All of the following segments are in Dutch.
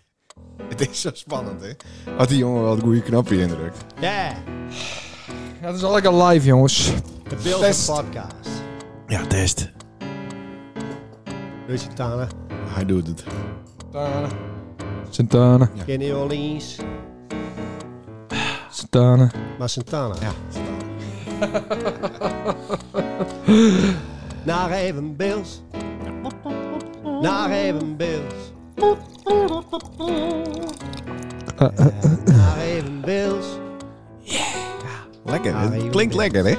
Het is zo spannend, hè? Had die jongen wel het goede knopje indrukt. Ja, Dat is al lekker live, jongens. de Beelden Best. Podcast. Ja, test. Lusitana, Hij doet het. Santana. Santana. Kenny Orleans, Santana. maar Santana. Ja. Naar even Bills. Naar even Bills. Eh, eh. Eh, Naar even Bills. Lekker, Ah, hè? je Klinkt moet- lekker, hè?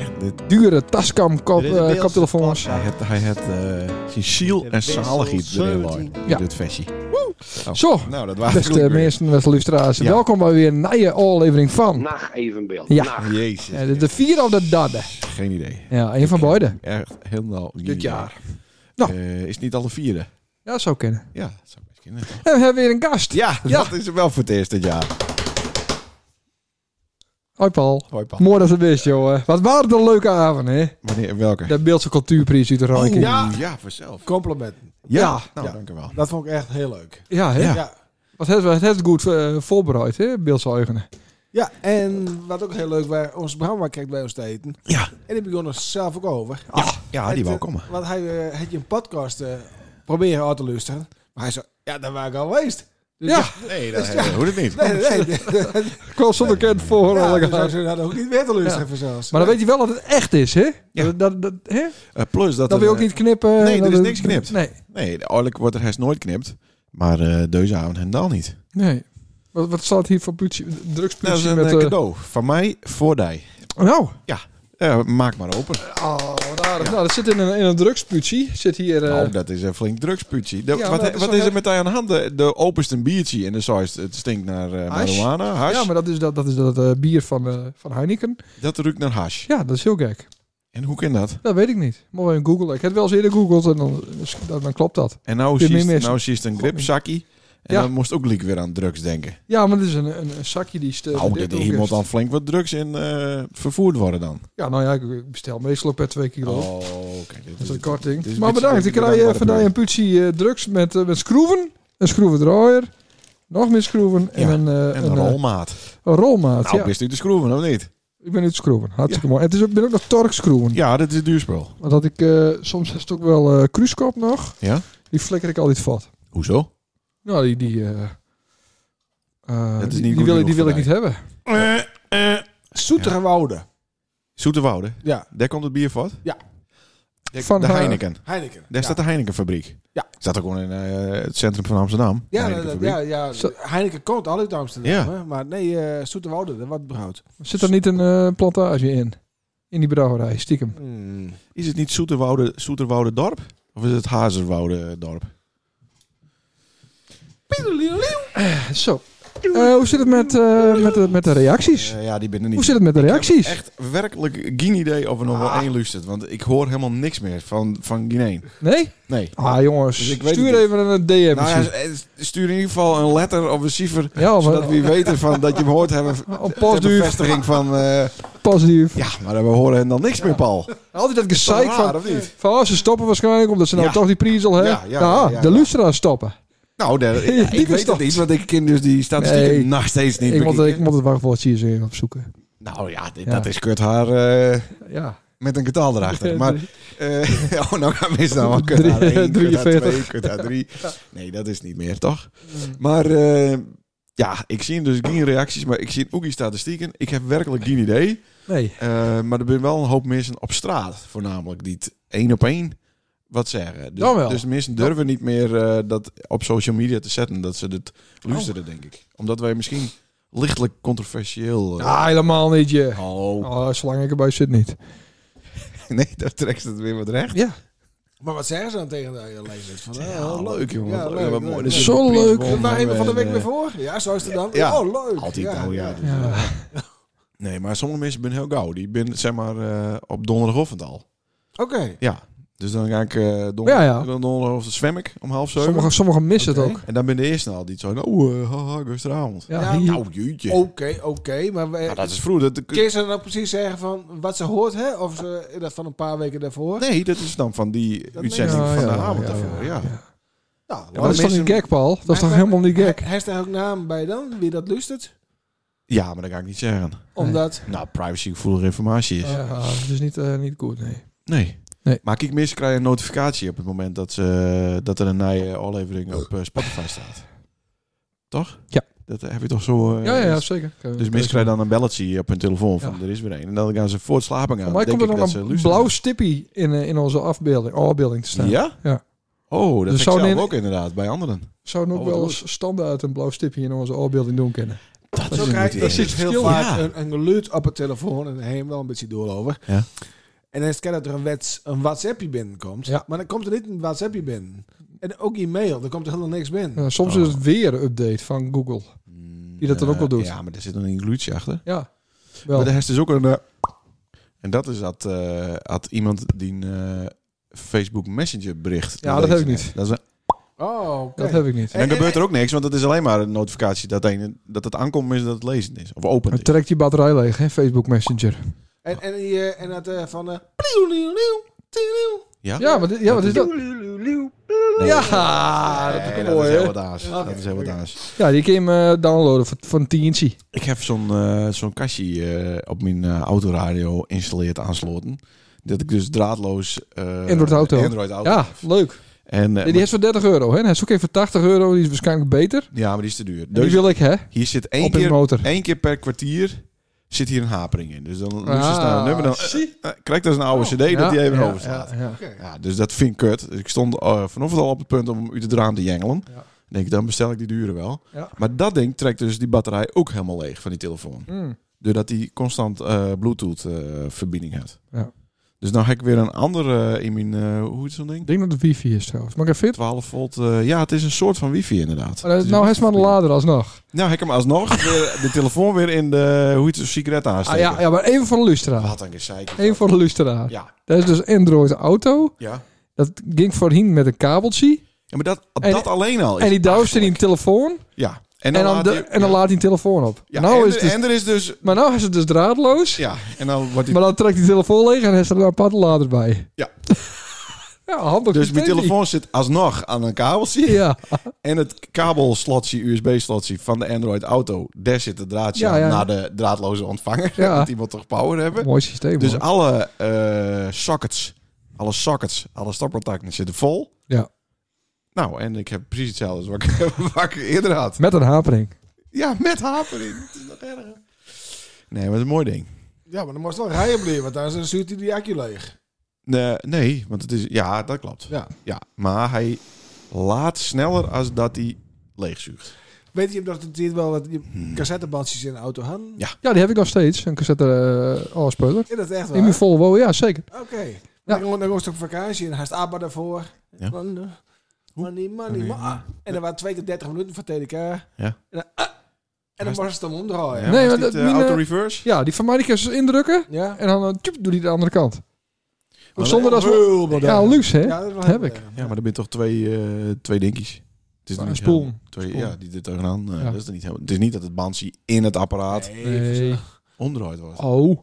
Echt, dit- Dure Tascam kop, Dit is de eh, Beels koptelefoons. hij podcast. had, hij had eh, zijn ziel en Wissel zaligheid erin looien 17. Ja. in dit vestje. Zo, Nou, dat waren beste mensen, beste luisteraars. Ja. Welkom bij weer een nieuwe aflevering van. Nacht evenbeeld. Ja. Nacht. Ja, Jezus, dit is de vierde of de derde? geen idee. Ja, een van beide. Echt helemaal geen Dit idee. jaar. Nou. Eh, is niet al de vierde. Ja, dat zou kennen. Ja, dat zou best kunnen. En we hebben weer een gast. Ja, Ja. dat is wel voor het eerst dit jaar. Hoi Paul. Hoi, Paul. Mooi dat je wist, joh. Wat waren het een leuke avond, hè? Wanneer, welke? De Beeldse Cultuurprijs uit de Rijking. ja. ja, vanzelf. Complimenten. Ja, Ja. nou, Ja. dank u wel. Dat vond ik echt heel leuk. Ja, hè? Ja. Ja. Wat hebben we het heeft goed eh, voorbereid, hè? Beeldse eigenen. Ja, en wat ook heel leuk was, onze Bramma kreeg bij ons te eten. Ja. En die begon er zelf ook over. Ja, Het, die wou eh, komen. Want hij eh, had je een podcast eh, proberen uit te luisteren. Maar hij zei, ja, daar waren ik al geweest. Dus Ja. Nee, dat hoe het niet. Nee, nee, nee. Klopt, zonder kent voor. Ja, Oh, alle dus gasten. hij zei, nou, dat hoef ik niet weer te luisteren voor zelfs. Maar dan weet je wel dat het echt is, hè? Ja. Dat, dat, dat- hè? Eh, plus dat dat wil er, je ook niet knippen. Nee, er dat is het- niks geknipt. Nee, Nee, eigenlijk wordt er haast nooit knipt. Maar eh deze avond en dan niet. nee. Wat, wat staat hier voor politie? Dat is Drugspolitie een met... eh, eh, cadeau. Van mij voor die. nou, Eh, maak maar open. oh, wat aardig. Nou, dat zit in een, in een drugspolitie. Zit hier... eh, nou, dat is een flink drugsputje. De- ja, maar wat dat is wat wel is er heel- met die aan de hand? De, de openst een biertje en dan zou het het stinkt naar eh Hash. marijuana, hash. Ja, maar dat is dat, dat, is dat eh, bier van, eh, van Heineken. Dat ruikt naar hash. Ja, dat is heel gek. En hoe kan dat? Dat weet ik niet. Mooi even googlen. Ik heb het wel eens eerder googeld en dan, dus dan, dan klopt dat. En nou Kun je zie je meer missen? nou zie je een gripzakkie. En Ja. Eh, dan moest ook Liek weer aan drugs denken. Ja, maar dit is een, een, een zakje die... Stel, nou, dit hier moet dan flink wat drugs in eh, vervoerd worden dan. Ja, nou ja, ik- ik bestel meestal ook per 2 kilo. Oh, oké. dit is Dat is een dit is korting. een Maar beetje- bedankt. Ik beetje krijg eh, bedankbare vandaag een putje eh, drugs met, eh, met schroeven. Een schroevendraaier. Nog meer schroeven. En Ja, een, eh, En een, een eh, rolmaat. een rolmaat. Nou, ja. wist u te schroeven of niet? Ik ben uit schroeven. Hartstikke mooi. En het is ook, ik ben ook nog torkschroeven. Ja, dat is een duurspul. Want dat ik, eh, soms is het ook wel eh kruiskop nog. Ja? Die flikker ik altijd vat. Hoezo? Nou, die, die, eh, eh, Dat is niet die- die, goed wil, ik- genoeg die wil voor ik niet hebben. Soetere Eh, Wouden. Zoeterwoude. Ja, Daar komt het bier van? Ja. De, Van de haar- Heineken. Heineken. Daar ja. staat de Heinekenfabriek. Ja. Staat ook gewoon in eh, het centrum van Amsterdam. Ja, dat- Heinekenfabriek. ja, ja, Zo- Heineken komt al uit Amsterdam. Ja. hè. Maar nee, eh Soetere Wouden, dat wordt behoud. Zit er niet een eh, plantage in? In die brouwerij, stiekem. Is het niet Soeterwoude, Soeterwoude dorp? Of is het Hazerwoude dorp? Zo. Eh, hoe zit het met, eh, met, de, met de reacties? Eh, ja, die binnen niet. hoe zit het met de reacties? Echt werkelijk geen idee of er nog wel één luistert. Want ik hoor helemaal niks meer van, van geen één. Nee? Nee. Ah jongens, Dus ik weet stuur het niet. even een eh, DM. Nou, ja, ja, stuur in ieder geval een letter of een cijfer. zodat maar we weten van, dat je hem hoort hebben. Een Ter pasduif, bevestiging van... eh, pasduif. ja, maar we horen dan niks meer, Paul. Altijd dat Is dat gezeik raar, van, of niet? van oh, ze stoppen waarschijnlijk omdat ze nou Ja. toch die prijs al hebben. Ja, ja, Nou, ja, ja, de ja. luisteraars stoppen. Nou, daar- Die ja, ik weet bestond. het niet, want ik ken dus die statistieken Nee. nog steeds niet. Ik moet, bekijken. ik moet het wachtwoordje eens even opzoeken. Nou ja, dit- Ja. dat is kut haar eh, Ja. met een getal erachter. Maar, eh, oh, nou gaan we eens dan wel kut haar Drie- 1, kut haar 2, 43. kut haar 3. Nee, dat is niet meer, toch? Maar eh, ja, ik zie dus geen reacties, maar ik zie ook die statistieken. Ik heb werkelijk geen idee. Nee. Eh, maar er zijn wel een hoop mensen op straat, voornamelijk, die het één op één wat zeggen. Dus, Dan wel. dus mensen durven niet meer eh, dat op social media te zetten, dat ze dit luisteren, Oh. denk ik. Omdat wij misschien lichtelijk controversieel... eh, Ah, helemaal niet je. Oh, Oh, zolang ik erbij zit niet. nee, daar trekt ze het weer wat recht. Ja. Maar wat zeggen ze dan tegen de leeftijd? Van, eh, Ja, oh, Ah, leuk jongen. Ja, wat, leuk, wat leuk, mooi. Dus leuk. Dit is Zo een prins leuk. gewoon, Dat waren even van de eh, week weer voor. Ja, zo is het dan. Ja. Oh, leuk. Altijd nou, ja. dus- ja. Nee, maar sommige mensen ben heel gauw. Die ben zeg maar eh, op donderdagochtend al. Oké. Ja. Dus dan ga ik eh donder- Ja, ja. dan donderdagochtend zwem ik om half zeven. Sommigen, sommigen missen Oké. het ook. En dan ben de eerste al die zo, nou, eh, haha, gisteravond. Ja, Oh. Ja, hier. Nou, jeetje. Oké, oké. maar we, Nou, dat is vroeg. Dat, kun je ze dan ook precies zeggen van wat ze hoort, hè? Of ze, dat van een paar weken daarvoor? nee, dat is dan van die Dat uitzending meen je. van Oh, Ja, de ja, avond ja, daarvoor. Ja, ja. Nou, Ja, dat is toch mensen- niet gek, Paul? Dat is toch Maar- helemaal niet gek? Hij staat ook naam bij dan, wie dat luistert. Ja, maar dat ga ik niet zeggen. Omdat... Nou, privacygevoelige informatie is. Ja, dat is niet, eh, niet goed, nee. Nee. Nee. Maar ik mis krijg je een notificatie op het moment dat, ze, dat er een nieuwe aflevering op eh, Spotify staat. Toch? Ja. Dat heb je toch zo... eh, Ja, ja, ja zeker. Dus mensen krijgen dan een belletje op hun telefoon van Ja. er is weer een. En dan gaan ze voor het slapen gaan. Voor mij denk komt er ik nog dat ze een luisteren. blauw stippie in, eh, in onze afbeelding, afbeelding te staan. Ja? Ja. Oh, dat Dus heb ik zou zelf neem- ook inderdaad bij anderen. Zouden we ook Oh, wat wel eens standaard een blauw stipje in onze afbeelding doen kennen. Dat Zo krijg je, er idee. zit heel Verschil, vaak eh, ja. een, een geluid op het telefoon en heen wel een beetje doorlopen. Ja. En dan is het kennelijk dat er een, wets, een WhatsAppje binnenkomt. Ja. Maar dan komt er niet een WhatsAppje binnen. En ook e-mail, daar komt er helemaal niks binnen. Eh, soms Oh. is het weer een update van Google. Die dat dan ook wel doet. Ja, maar er zit een inclusie achter. Ja, Maar wel. daar is dus ook een... eh, en dat is dat, eh had iemand die een eh, Facebook Messenger bericht... Ja, dat heb ik niet. Dat is een- Oh, oké. Dat heb ik niet. en dan gebeurt er ook niks, want het is alleen maar een notificatie dat, een, dat het aankomt is dat het lezen is. Of Dan opent is. trekt die batterij leeg, hè? Facebook Messenger. En, en, die, eh, en dat eh, van... eh, Ja? Ja, wat, ja, wat is dat? Nee. Ja, dat Nee, is dat is mooi, heel hè? wat aas. Oké, Dat is heel wat oké. aas. Ja, die kun je hem eh, downloaden voor, voor een tientje. Ik heb zo'n eh, zo'n kastje eh, op mijn eh, autoradio installeerd aansloten. Dat ik dus draadloos... eh, Android auto. Android auto. Ja, leuk. En, eh, Die is voor 30 euro, hè? Hij is ook even 80 euro, die is waarschijnlijk beter. ja, maar die is te duur. Die Dus wil ik, hè? hier zit één Op in de keer, motor. één keer per kwartier zit hier een hapering in. Dus dan ah, Ah, naar een nummer. Dan eh, zie. eh, krijg ik dus een oude cd dat die even overstaat. Ja, Ja, ja. oké. dus dat vind ik kut. Dus ik stond eh, vanochtend al op het punt om hem uit het raam te jengelen. Ja. Dan denk ik, dan bestel ik die dure wel. Ja. Maar dat ding trekt dus die batterij ook helemaal leeg van die telefoon. Mm. Doordat die constant eh, Bluetooth eh, verbinding heeft. Ja. Dus nou heb ik weer een andere in mijn, eh, hoe is zo'n ding? Ik denk dat het wifi is trouwens. Maar ik heb fit. 12 volt. eh, ja, het is een soort van wifi inderdaad. Maar, eh, Het is nou, een hij is maar de wifi-verbinding. lader alsnog. Nou, heb ik hem alsnog weer de telefoon weer in de hoe heet het, sigaret Ah, aansteken. ja, ja, maar even voor de Lustra. Wat een gezeik. Even voor de Lustra. Ja. Dat is dus Android Auto. Ja. Dat ging voorhien met een kabeltje. Ja, maar dat, En- dat alleen al. Is En die duwt in die achterlijk. telefoon. Ja. En En dan, dan, laat de- je- en dan ja. laat hij een telefoon op. Ja, nou en, is er- het dus- en er is dus... maar nou is het dus draadloos. Ja, en dan wordt die... Maar dan trekt hij de telefoon leeg en hij staat er een aparte lader bij. Ja. ja, handig. Dus mijn idee. telefoon zit alsnog aan een kabeltje. Ja, En het kabelslotje, USB-slotje van de Android-auto... daar zit het draadje Ja, aan ja. naar de draadloze ontvanger. Ja. Want die moet toch power hebben. mooi systeem. Dus hoor. alle eh, sockets, alle sockets, alle stopcontacten zitten vol. Ja. Nou, en ik heb precies hetzelfde als wat ik, wat ik eerder had. Met een hapering. Ja, met hapering. Het is nog erger. Nee, maar het is een mooi ding. Ja, maar dan moest wel rijden blijven, want dan stuurt hij die accu leeg. Nee, nee, want het is... Ja, dat klopt. Ja. Ja, maar hij laat sneller als dat hij leegzuigt. Weet je dat het hier wel wat die cassettebandjes in de auto hadden? Ja. Ja, die heb ik nog steeds. Een cassette eh afspeler. Is dat echt In mijn waar? Volvo, ja zeker. Oké. Dan ging- Dan was ik op vakantie en hij staat maar daarvoor. Ja. Money, money, money. Money, mo- ah. En dan waren twee keer 30 minuten van TDK. Ja. En dan, ah. en dan Hij moest ze hem omdraaien. Ja, Oh, Nee, was maar dit, dat- eh, die, eh, auto-reverse? Ja, die van mij die kun je eens indrukken. Ja. En dan eh, tjoep, doet hij de andere kant. Maar zonder dat we... Heel modern. Ja, luxe hè? Ja, dat was Heb heel ik. modern. Ja, maar er zijn toch twee, eh, twee dinkies. Het is Maar nog een spoel. helemaal- Twee, Spoel. Ja, die er tegenaan. eh, Ja. dat is er niet helemaal, het is niet dat het bandje in het apparaat Nee. omdraaid wordt. Oh.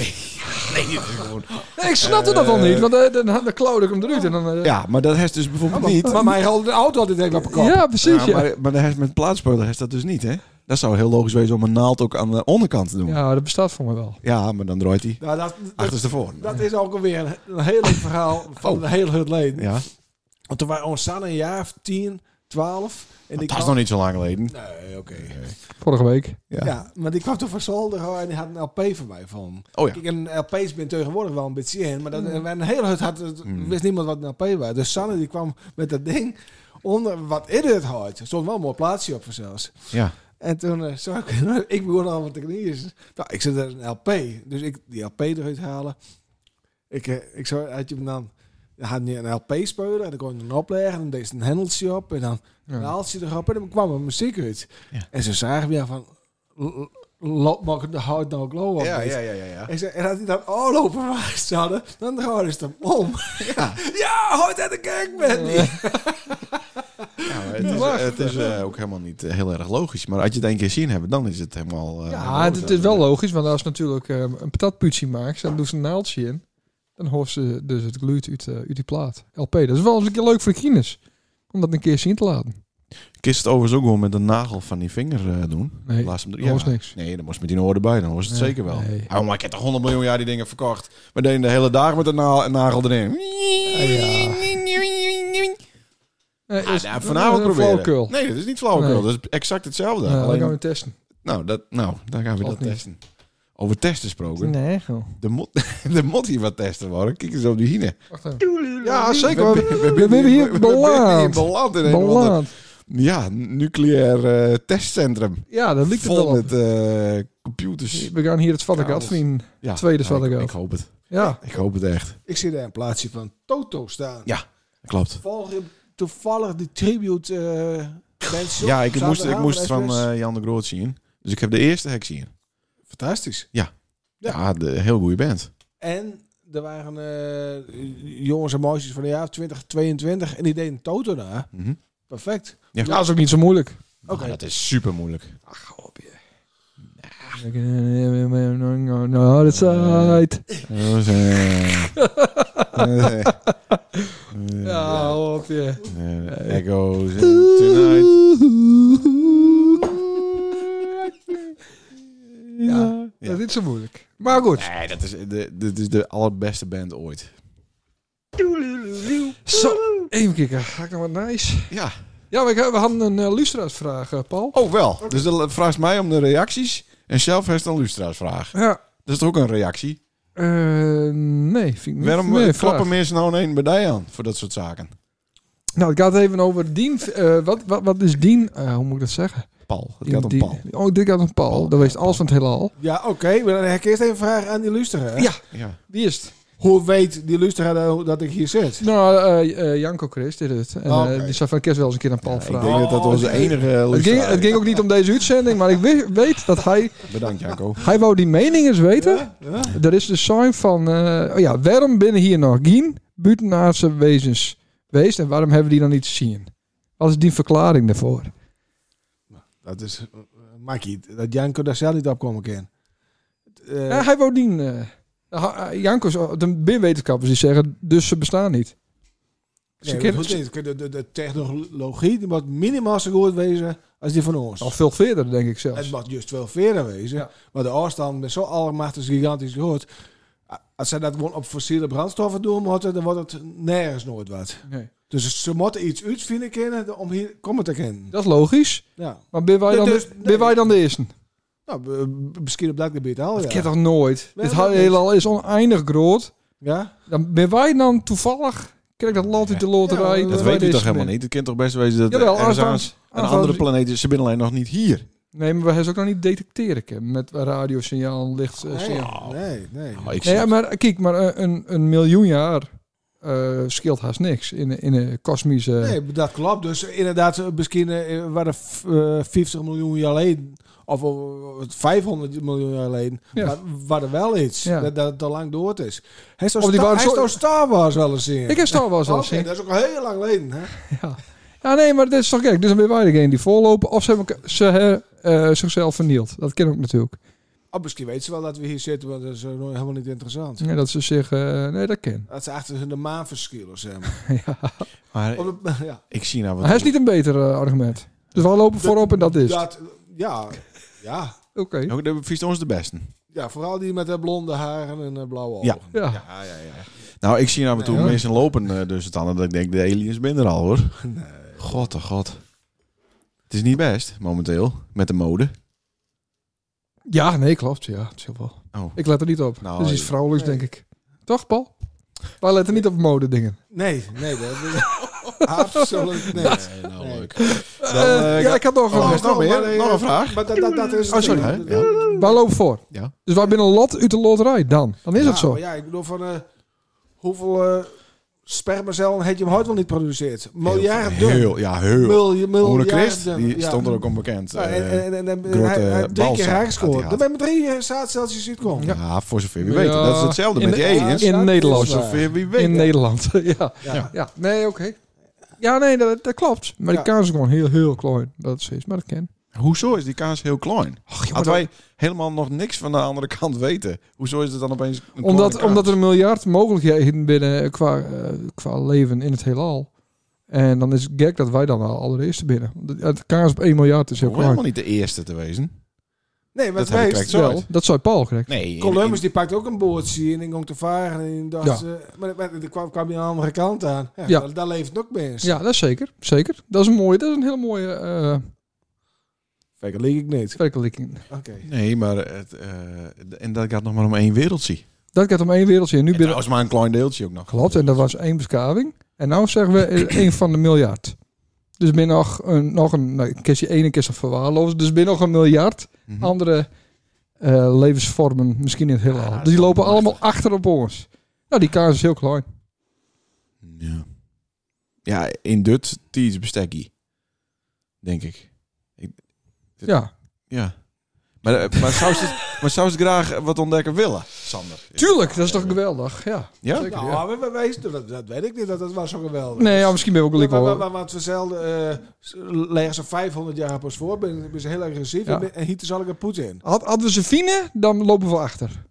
Nee, dat is gewoon- Nee, ik snapte dat al Eh. niet, want eh, dan, dan klauwde ik hem eruit. En dan, eh, Ja, maar dat heeft dus bijvoorbeeld niet. Maar mij rolde de auto altijd denk ik op elkaar. ja, precies. Ja, Ja, maar, maar dat heeft met plaatsspeler heeft dat dus niet, hè? Dat zou heel logisch wezen om een naald ook aan de onderkant te doen. Ja, ja, dat bestaat voor mij wel. maar dan draait hij Nou, dat, dat, achterstevoren. dat is ook alweer een, een heel leuk verhaal van een heel het leven. Ja, Want toen waren ons Sanne een jaar of 10, 12. En dat die is nog kwam- niet zo lang geleden. Nee, oké. Vorige week. Ja. Ja, maar die kwam toen van Zolder en die had een LP van mij van. Oh ja. Kijk, een LP's ben tegenwoordig wel een beetje in, maar dat, een heel hut had, het- Mm. wist niemand wat een LP was. Dus Sanne die kwam met dat ding onder wat in het houdt. Er stond wel een mooi plaatsje op vanzelfs. ja. En toen eh, zag ik, ik begon al wat te knieën. Nou, ik zit er een LP, dus ik die LP eruit halen. Ik, eh, ik zou uit je dan, dan had je een LP spelen en dan kon je hem opleggen en dan deed ze een hendeltje op en dan Ja. en dan haalt ze erop en dan kwam er muziek uit. Ja. En ze zagen weer van... l- l- Loop maar de hout nou glow op. Ja, weet. ja, ja, ja, ja. En, ze, en als die dan al lopen vast hadden, dan draaiden ze hem om. Ja. ja, hoort uit de kerk met die. Ja, maar het is, Wacht. het is eh, ook helemaal niet eh, heel erg logisch. Maar als je het één keer zien hebt, dan is het helemaal... eh, Ja, helemaal het, goed. het is wel logisch, want als natuurlijk eh, een patatputje maakt, dan doet ze een naaldje in. Dan hoort ze dus het gluut uit, eh, uit die plaat. LP, dat is wel eens een keer leuk voor de kines. om dat een keer zien te laten. Kist het overigens ook gewoon met de nagel van die vinger eh, doen. Nee, Laat ze hem- dat was niks. Nee, dan moest met die oren erbij. Dan was het Nee, zeker wel. nee. Oh, maar ik heb toch 100 miljoen jaar die dingen verkocht. We deden de hele dag met een na- een nagel erin. Nee, Ah, Eh, is- nou, vanavond dat is een proberen. flauwekul. Nee, dat is niet flauwekul. Dat Nee. is exact hetzelfde. Ja, Alleen, dan gaan we testen. nou, dat, nou, dan gaan we Of dat niet. testen. Over testen gesproken. Nee, joh. De mot, de mot hier wat testen worden. Kijk eens op die hine. Wacht even. Ja, zeker. We- we zijn hier We zijn beland. hier beland in een of ander- Balland. Ja, nucleair eh, testcentrum. Ja, dat lukt het wel Vol op. met eh, computers. We gaan hier het Vattengat Chaos. vrienden. Ja, Tweede ja, zat ik ik, ook. ik hoop het. Ja, Ik hoop het echt. Ik zie daar een plaatsje van Toto staan. Ja. Klopt. Toevallig, toevallig die tribute eh mensen. Ja, ik moest, ik Zaterdag moest avond, van SBS. eh, Jan de Groot zien. Dus ik heb de eerste hek zien. Fantastisch. Ja, Ja. de, heel goede band. En er waren eh, jongens en meisjes van de jaar 2022 en die deden Toto daar. Mhm. Perfect. Ja. Ja, dat is ook niet zo moeilijk. Maar Oké. dat is super moeilijk. Nou, dat is uit. eh, Ja, hou op je. Echoes eh, in tonight. Ja, Ja. dat is zo moeilijk. Maar goed. Nee, dat is de, dit is de allerbeste band ooit. Zo, even kijken. Ga ik nog wat nice? Ja. Ja, we, we hadden een eh, luisteraarsvraag, eh, Paul. Oh, wel. Dus dan vraagt mij om de reacties. En zelf heeft dan Lustra's vraag. Ja. Dat is toch ook een reactie? eh, nee, vind ik niet. Waarom nee, eh, vraag. klappen mensen nou een bij die aan voor dat soort zaken? Nou, het gaat even over Dien. eh, wat, wat, wat is Dien? eh, hoe moet ik dat zeggen? Paul. Het gaat om Dien- Paul. Oh, dit gaat om Paul. Paul, dat ja, weet alles van het heelal. Ja, oké. Maar dan heb ik eerst even vragen aan die luisteraar. Ja. Ja. Wie is het? Hoe weet die luisteraar nou dat ik hier zit? Nou, eh, eh, Janko Chris dit is het. En, eh, Oké. die zou van kerst wel eens een keer aan Paul Ik denk vragen. dat dat Oh, onze enige het, ging, luisteraar het ging ook niet om deze uitzending, maar ik we- weet dat hij, is. Bedankt, Janko. hij wou die mening eens weten. Ja? Ja? Er is de sign van, eh, oh ja, waarom binnen hier nog geen buitenaardse wezens geweest en waarom hebben die dan niet zien? Wat is die verklaring daarvoor? Dat is eh, makkie. Dat Janko daar zelf niet op komen kan. Eh, Ja, hij wou die, eh, ha- eh, Jankos, oh, de binnenwetenschappers die zeggen, dus ze bestaan niet. Ze nee, dat kennen hoeft het niet. de, de, de technologie die moet minimaal zo goed wezen als die van ons. al veel verder, denk ik Het zelfs. mag juist wel verder wezen. Ja. Maar de afstand is zo allemachtig gigantisch groot. Als zij dat gewoon op fossiele brandstoffen doen moeten, dan wordt het nergens nooit wat. Nee. Dus ze moeten iets uitvinden kunnen om hier komen te kennen. Dat is logisch, Ja. maar ben wij Nee, dan, dus- ben nee. wij dan de eerste? Nou, b- b- misschien op dat gebied al, Dat Oh ja. kan toch nooit? Nee, het dat niet. heelal is oneindig groot. ja? Dan ben wij dan toevallig, kijk dat land uit de loterij. Ja, Dat wij weet u deze toch helemaal zijn. niet? Het kan toch best wezen dat Jawel, er ergens aan- aanstaans. een andere planeet is. Ze zijn alleen nog niet hier. Nee, maar we hebben ze ook nog niet detecteren kunnen met radiosignaal, licht. eh, Nee, signaal. nee, nee. Oh, ik Nee, zie ja, het. maar kijk, maar eh, een, een miljoen jaar eh, scheelt haast niks in, in een kosmische. Nee, dat klopt. Dus inderdaad, eh, misschien eh, waren f- eh, 50 miljoen jaar geleden, of eh, 500 miljoen jaar geleden, Ja. wa- waren er wel iets Ja. dat, dat het al lang door het is. Hij zou Of die Sta- waren hij zo- zou Star Wars wel eens zien. Ik heb Star Wars al Oké, gezien. dat is ook al heel lang geleden. Hè? Ja, nee, maar dit is toch gek. Dus dan ben wij degene die voorlopen. Of ze hebben elka- ze, eh, eh, zichzelf vernield. Dat ken ook natuurlijk. Oh, misschien weten ze wel dat we hier zitten, want dat is eh, nog helemaal niet interessant. Nee, dat ze zich. eh, nee, dat ken. Dat ze achter hun de maan verschillen, zeg maar. Maar Of de- ja, ik zie nou wat. Hij is niet een beter eh, argument. Dus wij lopen voorop en dat is. het. dat, ja, ja. Oké. Ook de vies Nou, ons de beste. Ja, vooral die met de blonde haren en de blauwe ogen. Ja. Ja. Ja, ja, ja. Nou, ik zie nou en toe Nee, hoor. mensen lopen eh, dus het aan dat ik denk, de aliens ben er al hoor. God, oh god. Het is niet best, momenteel, met de mode. ja, nee, klopt. Ja, chill wel. Oh. Ik let er niet op. Nou, dus iets ja. vrouwelijks, Nee. denk ik. Toch, Paul? Wij letten niet op mode dingen. Nee, nee, dat absoluut nee. Nee, nou Nee. leuk. Eh, ja, ik had nog een. Oh, is nog meer? maar, eh, Nog een vraag? Maar dat, dat, dat is Oh, sorry. het. Ja. Wij lopen voor. Ja. Dus wij binnen een lot uit de loterij dan. Dan is Ja, het zo. maar Nou, Ja, ik bedoel van eh, hoeveel eh, spermacellen had je hem ooit wel niet produceerd? Miljarden. Heel, heel, ja, heel. Mil- Hoene miljarden. Christ, die ja. stond er ook onbekend. eh, Ja, en, bekend. en, en, en grote hij, hij heeft drie balzak keer had raak hij gescoord. gehad. Dan ben je met drie eh, zaadceltjes uitgekomen. ja. voor zover wie Ja. weet. Dat is hetzelfde In met die de- aliens. in dat Nederland. is waar. Zover wie weet. In Nederland. ja. Ja. ja. Nee, oké. Ja, nee, dat, dat klopt. Maar Ja. die kans is gewoon heel, heel klein. Dat is iets, maar dat ken. Hoezo is die kaas heel klein? Ach, jongen, Als dat- wij helemaal nog niks van de andere kant weten, hoezo is het dan opeens een kleine omdat, kaas? eh, omdat er een miljard mogelijkheden binnen qua, eh, qua leven in het heelal. En dan is het gek dat wij dan al allereerste binnen. Want Het kaas op 1 miljard is heel Hoor Oh, helemaal klein. niet de eerste te wezen. Nee, maar Dat het heb ik meest... direct Wel, dat zou Paul krijgen. Nee. in- Columbus in- die pakt ook een bootje en die ging te varen. En dacht, Ja. ze- maar, maar er kwam, kwam je aan de andere kant aan. Ja, Ja. Daar, daar leeft ook mensen. Ja, dat is zeker. Zeker. Dat is een mooie, dat is een hele mooie eh Vergelijk ik niet. vergelijking. Oké. nee, maar het, eh, en dat gaat nog maar om één wereldje. En Dat gaat om één wereldje. En nu binnen. trouwens maar een klein deeltje ook nog. Klopt, en dat was één beschaving. En nou zeggen we eh, één van de miljard. Dus binnen nog een, nog een nou, ik kies je ene keer verwaarloosd. Dus binnen nog een miljard Mhm. andere eh, levensvormen misschien in het heelal. Ah, dat dus is die lopen wel allemaal achter op ons. Nou, die kaas is heel klein. Ja. Ja, in dit tijdens bestekkie. Denk ik. Ja, Ja. Maar, eh, maar, zou ze, maar zou ze graag wat ontdekken willen, Sander? tuurlijk, dat is toch geweldig. Ja, Ja? zeker. ja. Nou, we, we- we- dat, dat weet ik niet. Dat, dat was zo geweldig. Nee, ja, misschien ben ik ook Want gelijk we wel. Want we zelden, eh, s- leggen ze 500 jaar op ons voor. Ben, ben ze heel agressief. Ja. En, ben- en hieten zal ik een poet in. Had, hadden we ze vinden, dan lopen we achter.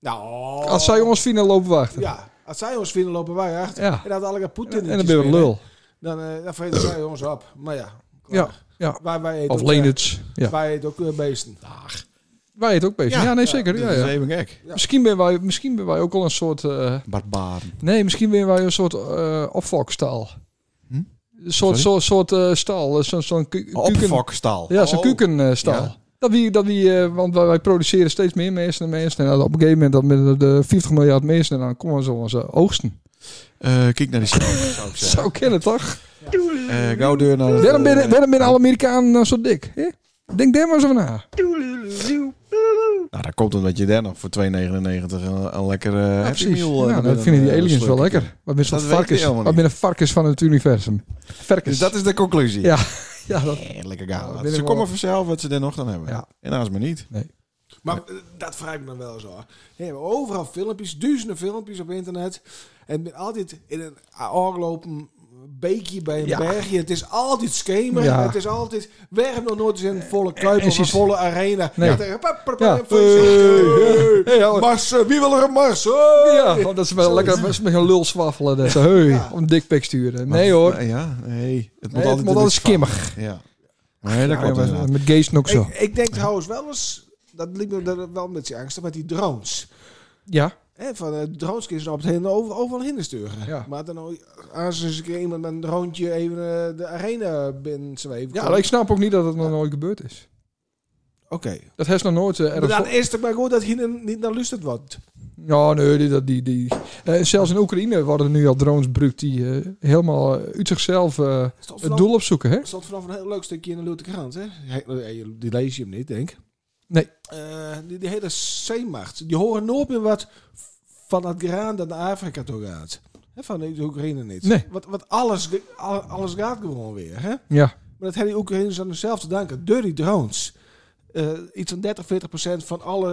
Nou. Als zij ons vinden, lopen we achter. Ja. Als zij ons vinden, lopen wij achter. Ja. En dat had ik Poetin. En dan ben je een lul. Dan, eh dan vreten zij ons op. Maar ja. Ja, ja. Wij, wij eten Of ook, eh, Leenerts. Ja. Wij eten ook eh, beesten. Wij het ook bezig. Ja, nee, zeker. Ja, Dat ja. is even gek. Misschien, ben wij, misschien ben wij ook al een soort... eh, Barbaren. Nee, misschien weer wij een soort eh opfokstaal. Hm? Een soort, Sorry? soort, soort eh, stal. eh, Zo'n zo'n ku- kuken. Opfokstaal. Ja, zo'n kukenstal. Ja. Dat wie, dat wie, eh, want wij, wij produceren steeds meer mensen en mensen. En op een gegeven moment dat met de 50 miljard mensen, en dan komen ze onze oogsten. Eh, kijk naar die stal, zou ik zeggen. Zou kennen, toch? Eh gauw deur naar... Waarom binnen, eh, waarom binnen alle Amerikanen nou zo dik? Hè? Denk daar maar eens over na. Nou, dat komt omdat je daar nog voor 2,99 een, een lekker eh Ja, Happy precies. Meal... eh, Ja, naar dat binnen, vinden die eh, aliens wel slurpen. lekker. Wat zijn Dat weet ik varkens? helemaal Wat niet. zijn varkens van het universum? Dus Verkens. dat is de conclusie. Ja. Ja, dat- Eh, lekker Ja, gaal. binnen ze wel. komen vanzelf wat ze daar nog dan hebben. Ja. En als maar niet. Maar eh, dat vraag ik me dan wel zo. af. We hebben overal filmpjes, duizenden filmpjes op internet. En ben altijd in een aangelopen beekje bij een Ja. bergje. Het is altijd schemer. Ja. Het is altijd... We hebben nog nooit eens een volle kuip En of een precies- volle arena. Nee. Ja, tegen- pa- pa- pa- Ja. pa- hey, hey. ja, Mars, eh, wie wil er een Mars? Hey. Ja, want dat is wel lekker dat is met een lul zwaffelen. Dat ze hey, om een dikpik sturen. Nee hoor, Eh, Ja, nee. Het moet Nee, het altijd moet een altijd mix van. skimmig. Ja. Nee, dat Ja, klopt maar inderdaad. met Geest nog zo. Ik, ik denk trouwens wel eens... Dat liep me daar wel een beetje angst met die drones. Ja, Hè, van eh, drones kun je ze op het hele over, overal heen sturen. Ja. Maar dan nou, als eens een keer iemand met een droontje even eh, de arena binnen zweeft. ja komt- maar ik snap ook niet dat het nog nooit gebeurd is. Oké. Dat heeft nog nooit eh, Maar ergens... dan is het maar goed dat hier niet naar lustend wordt. Ja, nee, die, dat- die, die. eh, zelfs in Oekraïne worden nu al drones gebruikt die eh, helemaal eh, uit zichzelf eh, het Stond vanaf, doel opzoeken. Hè? stond vanaf een heel leuk stukje in de Lute Krant. Hè? He- eh, je- Die lees je hem niet, denk ik. Nee. Eh, die, die hele zeemacht. Die horen nooit meer wat van het graan dat naar Afrika toe gaat. Hè, van de Oekraïne niet. Nee. Want, want alles, ge- al- alles gaat gewoon weer. Hè? Ja, Maar dat hebben die Oekraïners aan zichzelf te danken. Door die drones. Eh, iets van 30, 40 procent van alle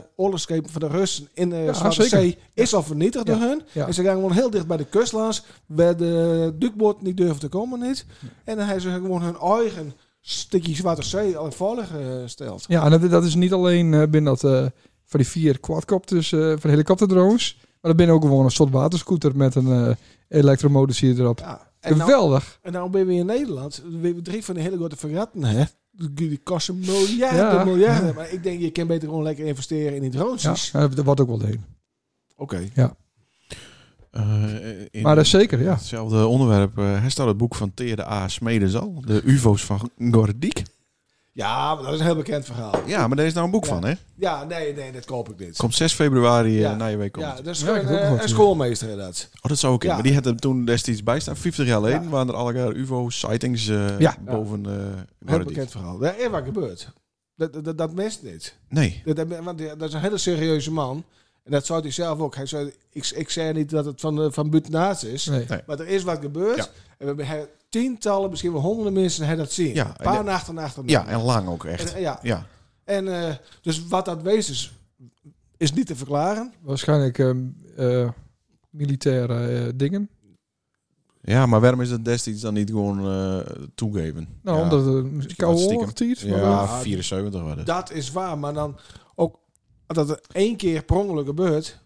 eh, oorlogsschepen van de Russen in de Ja, Zwarte zeker. Zee is al vernietigd Ja, door hun. ja. En ze gaan gewoon heel dicht bij de kust langs, waar de duikboot niet durven te komen. Niet. En dan hebben ze gewoon hun eigen stukje Zwarte Zee al veilig gesteld. ja en dat, dat is niet alleen eh binnen dat eh, van die vier quadcopters, eh, van de helikopterdrones. Maar dat ben ook gewoon een soort waterscooter met een eh elektromotor erop. Ja. En, nou, Geweldig. en nou ben we in Nederland, we hebben drie van die hele grote verratten. Hè? Die die kosten miljarden, Ja. miljarden. Maar ik denk, je kan beter gewoon lekker investeren in die drones. Ja, eh, dat wordt ook wel heen. Oké. Eh, in- Maar dat is zeker, ja. Hetzelfde onderwerp. eh hij staat het boek van Teer de A. Smedenzal. De UFO's van Gordiek. Ja, maar dat is een heel bekend verhaal. Ja, maar daar is nou een boek Ja. van, hè? Ja, nee, nee, dat koop ik niet. Komt 6 februari eh, Ja. na je week. Komt. ja, het. dat is Ja, ik gewoon heb ook eh, gehoord, een ja. schoolmeester inderdaad. Oh, dat zou ook Ja. in. Maar die had er toen destijds bij staan. 50 jaar geleden Ja. waren er alle UFO-sightings eh, Ja. boven eh Heel Gordiek. bekend verhaal. Dat is wat gebeurt. Dat, dat, dat mist niet. Nee. Dat, dat, want die- dat is een hele serieuze man. En dat zou hij zelf ook. Hij zei, ik, ik zei niet dat het van, eh, van butenaars is. Nee. Nee. Maar er is wat gebeurd. Ja. En we hebben hij- tientallen, misschien wel honderden mensen hebben dat zien. Ja, een en paar de- nachten achter Ja, elkaar. en lang ook echt. En, eh, ja. Ja. en eh, dus wat dat wees is, is niet te verklaren. Waarschijnlijk ehm, eh, militaire eh, dingen. ja, maar waarom is dat destijds dan niet gewoon eh, toegeven? Nou, ja. omdat het een koude stiekem. oorlog tiert. maar wel- Ja, 74 waren het. Dat is waar, maar dan ook dat er één keer per ongeluk gebeurt.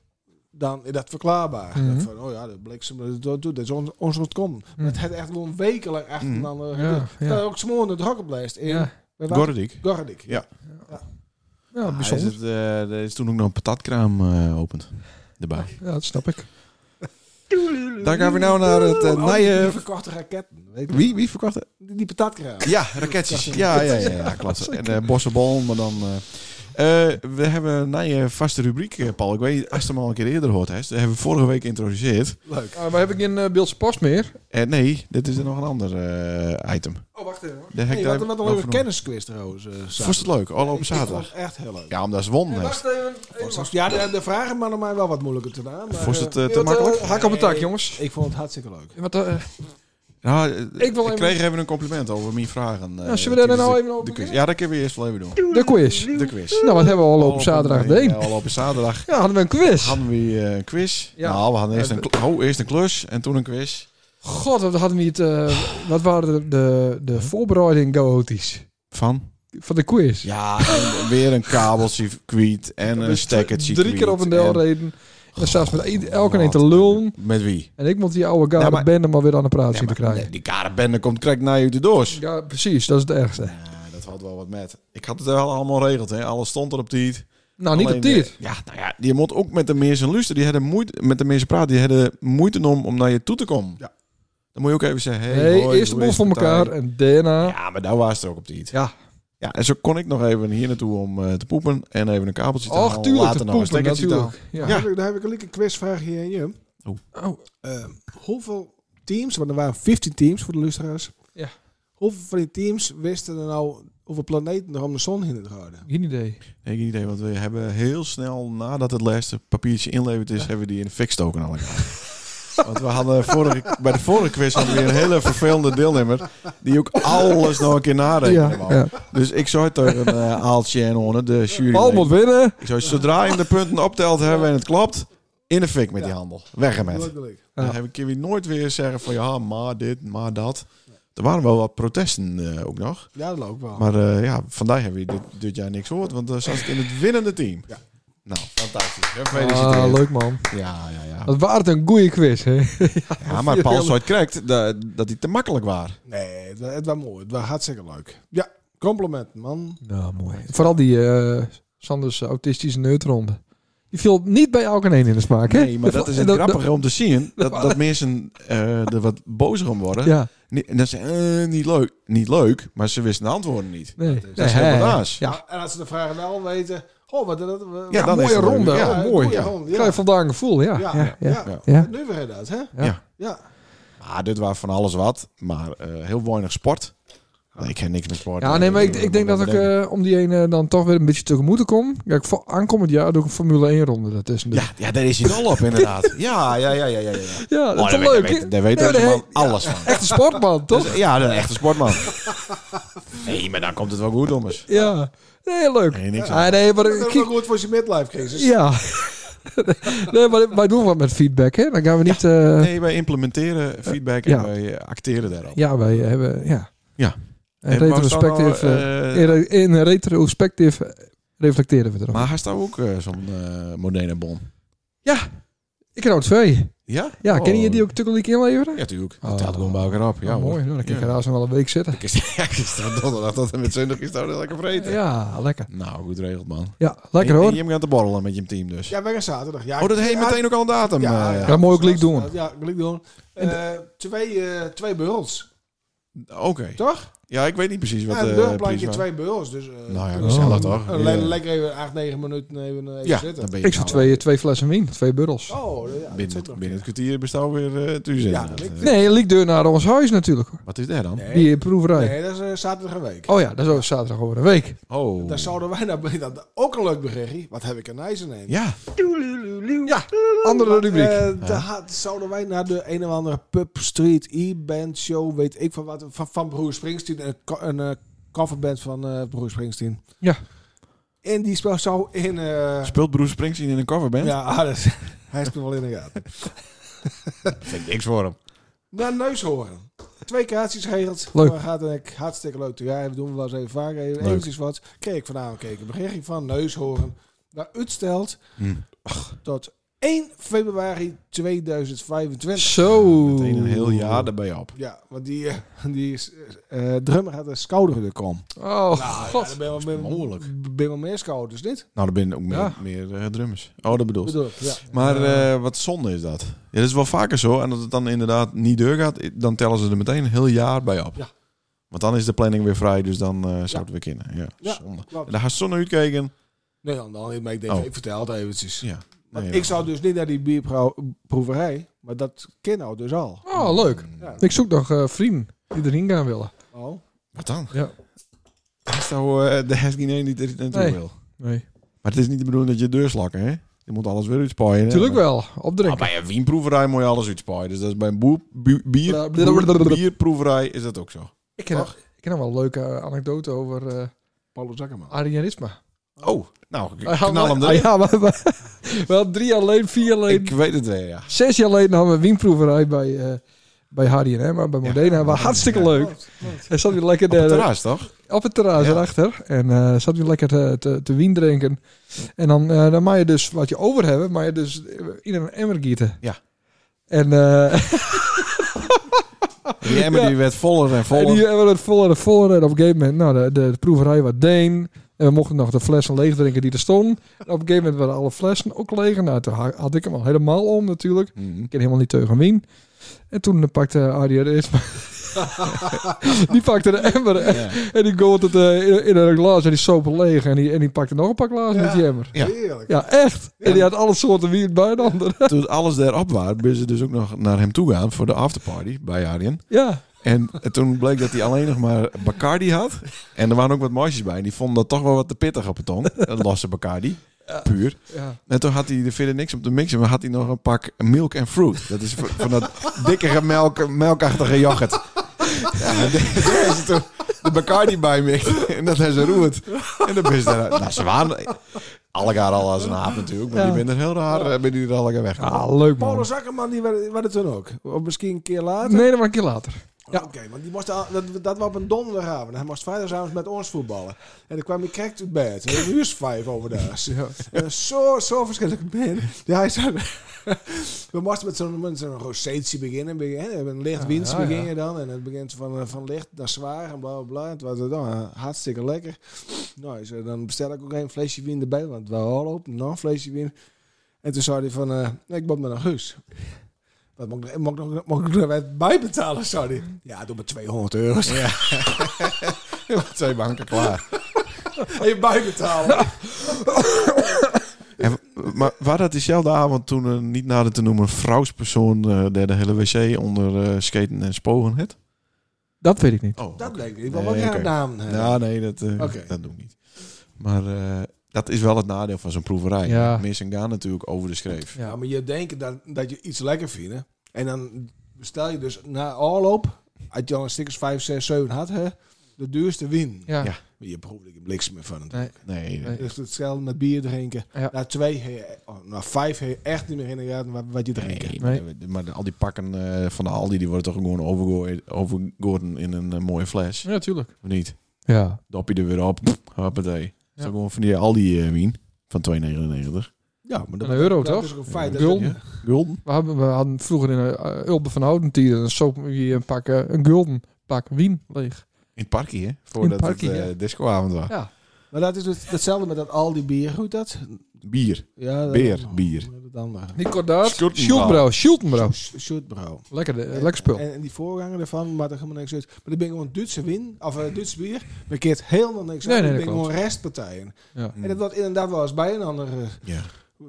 dan is dat verklaarbaar. Mhm. Dat van, oh ja, de bliksem, dat, dat, dat is ons, ons ontkomen. Maar het had echt gewoon wekenlang achter Mhm. dan... Ja, Ja, ja. ook smoren het hokkenblijst in. Ja, bij Wa- Gordik. Gordik, ja. ja Ah, bijzonder. is het, eh, er is toen ook nog een patatkraam eh opend. Erbij. Ja, dat snap ik. Dan gaan we nou naar het eh, Oh, nije- die verkochte raketten. Weet je. Wie? Wie verkocht het? Die, die patatkraam. Ja, raketjes. Ja, ja, ja, ja, klopt. En eh bossenbol, maar dan... eh. Eh, we hebben een nieuwe vaste rubriek, eh, Paul. Ik weet als je hem al een keer eerder hoort hebt. Dat hebben we vorige week geïntroduceerd. Leuk. maar heb ik geen eh, Beeldse pas meer? Eh, nee, dit is er nog een ander eh, item. Oh, wacht even. De Hey, wat, wat een leuke kennis. kennisquiz trouwens. eh, zaterdag. Vond je het leuk? Al op Ik- Ik zaterdag. vond het echt heel leuk. Ja, omdat ze won heeft. wacht even. Vond het- Ja, de, de vragen waren mij wel wat moeilijker te doen. Vond je het eh, te makkelijk? hak op de tak, Nee. jongens. Ik vond het hartstikke leuk. Wat, eh, Ja, Ik Nou, ik, wil even- kreeg even een compliment over mijn vragen. eh, nou, zullen we daar tijdens nou de- even over de quiz. beginnen? Ja, dat kunnen we eerst wel even doen. De quiz. De quiz. Nou, wat hebben we al op zaterdag Oh, nee, gedaan? ja, al op zaterdag Ja, hadden we een quiz. hadden we eh, een quiz. Ja. Nou, we hadden eerst Eh, een, kl- oh, eerst een klus en toen een quiz. God, wat hadden we het... eh, wat waren de, de, de voorbereiding chaotisch Van? van de quiz? Ja, en weer een kabeltje kwiet en een Dus stekkertje Drie keer op een deel reden. En zelfs met ied- Oh, elke een te lul. lullen. Met wie? En ik moet die oude gare Ja, maar- bende maar weer aan de praat zien Nee, te maar- krijgen. nee, die karenbende komt krek naar je de doos. Ja, precies. Dat is het ergste. Ja, dat had wel wat met. Ik had het wel allemaal geregeld, hè. Alles stond er op tijd. Nou, niet Alleen, op dit. eh, Ja, nou ja, die moet ook met de mensen luisteren. Die hadden moeite met de mensen praten. Die hadden moeite om, om naar je toe te komen. Ja. Dan moet je ook even zeggen: hey, Nee, hoi, eerst de hoe boel is voor het elkaar daar? en daarna... Ja, maar daar was het er ook op die Ja. Ja, en zo kon ik nog even hier naartoe om eh, te poepen en even een kabeltje te Och, halen. tuurlijk, Later dat nog een poepen stekkertje te halen. natuurlijk. Ja. Daar heb ik- daar heb ik een leuke quizvraag hier aan je. Oh, Eh, hoeveel teams, want er waren 15 teams voor de luisteraars. Ja. Hoeveel van die teams wisten er nou hoeveel planeten er om de zon heen te houden? geen idee. Nee, geen idee, want we hebben heel snel nadat het laatste papiertje inleverd is, hebben we die in de fik stoken al Want we hadden vorige, bij de vorige quiz hadden we weer een hele vervelende deelnemer die ook alles nog een keer narekenen Ja, wou. ja. Dus ik zou het tegen eh Aaltje en Onne, de jury. Paul moet winnen. Ik zou zodra je hem de punten optelt hebben en het klopt, in de fik met die Ja. handel. Weg ermee. Gelukkig. Dan heb ik je weer nooit weer zeggen van ja, maar dit, maar dat. Er waren wel wat protesten eh, ook nog. Ja, dat loopt Ah. wel. Maar eh, ja, vandaag hebben we dit, dit jaar niks gehoord, want dan zat het in het winnende team. Ja. Nou, fantastisch. Gefeliciteerd. Ah, leuk man. Ja, ja, ja. Dat waard een goeie quiz, hè? Ja, maar Paul zou het correct dat, dat hij te makkelijk was. nee, het, wa- het was mooi. Het was hartstikke leuk. Ja, compliment, man. Nou, mooi. Vooral die eh, Sanders autistische neutronde. Die viel niet bij elke een in de smaak, hè? Nee, maar dat is het grappige om te zien. Dat, dat mensen eh, er wat bozer om worden. Ja, Nee, En dan ze, eh, niet leuk. Niet leuk, maar ze wisten de antwoorden niet. nee. Dat is Nee, heel hè? baas. Ja. En als ze de vragen wel weten. Oh, wat dat. we- Ja, wat- dan is mooie het leuk. ronde. Ja, oh, een mooi. mooie Ja. ronde, ja. Krijg je vandaag een gevoel, ja. Ja, ja, ja. ja. Nu weer dat, hè? Ja. Ja. Ja. Ah, dit was van alles wat, maar eh, heel weinig sport. Nee, ik ken niks met sport. Ja, nee, maar ik, ik denk dat ik eh, om die ene dan toch weer een beetje tegemoet te kom. Kijk, voor aankomend jaar doe ik een Formule 1 ronde daartussen. Ja, ja, daar is hij al op, inderdaad. Ja, ja, ja, ja, ja. ja. ja dat Oh, daar is toch weet, daar leuk, hè? weet, daar weet Ja, deze nee, man alles van. Echt een sportman, toch? Ja, dat is een echte sportman. Nee, maar dan komt het wel goed, Thomas. Ja, heel leuk. Nee, niks aan. Ah, nee, maar Dat is ook wel kijk, goed voor zijn midlife crisis. ja. nee, maar wij doen wat met feedback, hè? Dan gaan we niet. eh, Nee, wij implementeren feedback en Ja. wij eh, acteren daarop. Ja, wij hebben. Ja. Ja. En En was dan retrospectief. al, eh, eh, in re- in retrospectief eh, reflecteren we erop. maar hij staat ook eh, zo'n eh Modena bon. Ik heb er twee. Ja? Ja, Oh. ken je die ook tegelijk inleveren? Ja, natuurlijk. Oh. Dat telt gewoon bij elkaar op. Ja, Ja, mooi. Nou, dan kan ik Ja. er daar zo wel een week zitten. Gisteren, gisteren donderdag tot en met zondag is dat lekker vreten. Ja, lekker. Nou, goed regeld, man. Ja, lekker En- en hoor. Je hebt aan te borrelen met je team dus. Ja, wij gaan zaterdag. Ja, Oh, dat ik- heeft ja, meteen ook al een datum. eh, Dat moet je ook leuk doen. Ja, gelijk doen. Eh, twee, eh, twee beurls, Oké. toch? Ja, ik weet niet precies wat ja, een eh, beurlplankje, prijs was. twee beurls. Dus, eh, Nou ja, eh, gezellig Oh. toch? le- Ja. lekker even acht, negen minuten even, eh, even Ja, zitten. dan ben je Ik zou nou, eh, twee, twee flessen wien, twee burrels. Oh, ja, dat zou Binnen, het- toch- binnen het kwartier bestaan we weer eh tussen. Ja, dat lukt. Nee, een liekdeur naar ons huis natuurlijk. Wat is daar dan? Nee, Die proeverij. nee, dat is eh, zaterdag een week. Oh ja, dat is ook zaterdag over een week. Oh. Daar zouden wij nou dat ook een leuk berichtje. Wat heb ik een ijzer nemen? Ja. Ja, andere rubriek. Eh, daar had- zouden wij naar de een of andere pub, street, e-band show, weet ik van wat, van, van Broer Springsteen, een, co- een eh, coverband van eh Broer Springsteen. Ja. En die spel zou in... eh, Speelt Bruce Springsteen in een coverband? ja, ah, dat is- hij speelt wel in de gaten. Dat vind ik niks voor hem. Naar neushoorn. Twee kaartjes geregeld. Leuk. We gaan denk ik hartstikke leuk te gaan. We doen we wel eens even vaker. Even Leuk. eventjes wat. Kijk, vanavond keek een berichtje van neushoorn. Naar uitstelt Hm. tot 1 februari 2025. Zo. Eh, Oh, Meteen een heel jaar erbij op. Ja, want die, eh, die is, eh, drummer had een schouderruk om. Oh, Nou, Ja, god. dan ben je Nou, wel, Dat is meer- moeilijk. ben je wel meer schouders, dit? Nou, er binnen ook meer, Ja. meer eh, drummers. Oh, dat bedoel ik. Bedoel ik, ja. Maar eh, wat zonde is dat. Ja, dat is wel vaker zo. En als het dan inderdaad niet deur gaat, dan tellen ze er meteen een heel jaar bij op. Ja. Want dan is de planning weer vrij, dus dan eh, zou het weer kunnen. Ja, Ja, zonde. klopt. En daar gaat zonne uitkijken. Nee, dan, dan maar ik denk, Oh. ik vertel het eventjes. Ja. Want Nee, ik ja. zou dus niet naar die bierproeverij, maar dat ken nou dus al. Oh, leuk. Ja. Ik zoek nog eh, vrienden die erheen gaan willen. Oh. Wat dan? Ja. Is nou eh, de heeft geen één die er naartoe Nee. wil. Nee. Maar het is niet de bedoeling dat je deur slakken, hè? Je moet alles weer uitspaaien. hè? Tuurlijk wel. Nou, Opdrinken. bij een wienproeverij moet je alles uitspaaien. Dus dat is bij een boer, bu- bier, Blablabla. bierproeverij is dat ook zo. Ik ken, nog- ik ken nog wel een leuke eh, anekdote over eh Paulus Zakkerman. Arianisme. Oh, nou, ik Wij hadden- knal hem Ah, erin. ja, maar, maar- wel drie jaar alleen, vier jaar alleen, Ik weet het weer, ja. zes jaar geleden hadden we een wienproeverij bij, eh bij H&M, maar bij Modena. was hartstikke leuk. En zat hij lekker Op het daar, terras, toch? op het terras Ja. erachter. En eh zat hij lekker te, te, te wien drinken. En dan, eh dan mag je dus wat je over hebben, maar je dus in een emmer gieten. Ja. En, eh, Die emmer Ja. die werd voller en en voller. die hebben het voller en voller. En op een gegeven moment, nou, de, de, de proeverij was deen. En we mochten nog de flessen leeg drinken die er stonden. En op een gegeven moment waren alle flessen ook leeg. Nou, toen ha- had ik hem al helemaal om natuurlijk. Mhm. Ik ken helemaal niet tegen wien. En toen eh, pakte Arie de eerste. die pakte de emmer en- Ja. en die gooit het eh, in, in een glas en die soep leeg. En die, en die pakte nog een pak glazen met die emmer. Ja. Heerlijk. Ja, echt. En die had alle soorten wien bij een ander. Toen alles daarop was, ben ze dus ook nog naar hem toe gaan voor de afterparty bij Arjen. ja. En toen bleek dat hij alleen nog maar Bacardi had. En er waren ook wat meisjes bij. En die vonden dat toch wel wat te pittig op het tong. Een losse Bacardi. Puur. ja. En toen had hij er verder niks op te mixen. Maar had hij nog een pak milk and fruit. Dat is van van dat dikkere melk, melkachtige yoghurt. Ja, en daar- daar is hij toen de Bacardi bij mixen. En dat hebben ze roerd. En dan ben je daar... Nou, ze waren... Allegaar al als een aap natuurlijk. Maar Ja. die ben er heel raar. eh, Ben die er allegaar weg. Ah, leuk man. Paulus Zakkerman, die werd, werd het toen ook. Of misschien een keer later. Nee, dat was een keer later. ja. Oké, want die moest al, dat, dat was op een donderdagavond. Hij moest vrijdagavond met ons voetballen. En dan kwam ik correct uit bed. En Een uur is vijf overdag. En zo, zo verschillend. Man. Ja, hij zei, we moesten met zo'n met zo'n rosatie beginnen. beginnen. Een licht Ja, winst Ah, ja, begin ja. je dan. En het begint van, eh, van licht naar zwaar en bla bla bla. Het was dan eh, hartstikke lekker. Nou, ik zei, dan bestel ik ook een flesje wien erbij. Want we hadden op, nog een flesje wien. En toen zei hij van, eh, nee, ik moet naar huis. Wat mag ik, mag ik, nog- mag ik nou er wat bij betalen, zei hij. Ja, doe maar 200 euro. Ja. Twee banken klaar. Even bijbetalen. En, maar waar dat diezelfde avond toen een niet nader te noemen vrouwspersoon eh der de hele wc onder eh, skaten en spogen het? Dat weet ik niet. Oh, Dat oké. denk ik. Wat Nee, jij oké. naam hebben? Ja, nee, dat, eh, Oké. dat doe ik niet. Maar eh, dat is wel het nadeel van zo'n proeverij. Ja. Mis en gaan natuurlijk over de schreef. Ja, maar je denkt dat, dat je iets lekker vindt. hè. En dan bestel je dus na op Had je al een stickers 5, 6, 7 had, hè? De duurste win. Ja. Ja. Maar je proeft er niks meer van. Nee. Nee, Nee. Dus hetzelfde met bier drinken. Ja. Na twee, heb je- oh, na vijf, heb je echt niet meer in de gaten wat, wat je drinkt. nee, Oh, Nee. maar- Maar al die pakken eh, van de Aldi, die worden toch gewoon overgooid- overgorden in een eh, mooie fles? Ja, tuurlijk. Of niet? Ja. Dop je er weer op. Pff, Hoppatee. Dat is Ja. gewoon van die Aldi eh wien van 2,99. Ja, dus- maar Een euro, dat toch? is ook een feit. Gul. Dat, Ja. Gulden. We, hebben, we hadden vroeger in een Ulpen van Houten tieren een soep hier een pak, eh, een gulden pak wien leeg. In het parkje, hè? In Voordat het parkje, het eh, ja. discoavond was. Ja. maar dat is dus hetzelfde met dat Aldi bier. Hoe heet dat? Bier. Ja, dat- Oh, Beer, bier. Hoe heet dat dan maar? Nicordaat. Schultenbrouw. Schultenbrouw. Schultenbrouw. Sch- Sjoerdbrouw. Lekker, eh, En- lekker spul. En, en die voorganger daarvan maakt er helemaal niks uit. Maar dat ben gewoon Duitse win, of eh, Duits bier. Maar keert helemaal niks Nee, uit. nee, dat dat Hmm. ben gewoon restpartijen. Ja. En dat wordt inderdaad wel eens bij een ander, eh, Hm. Ja.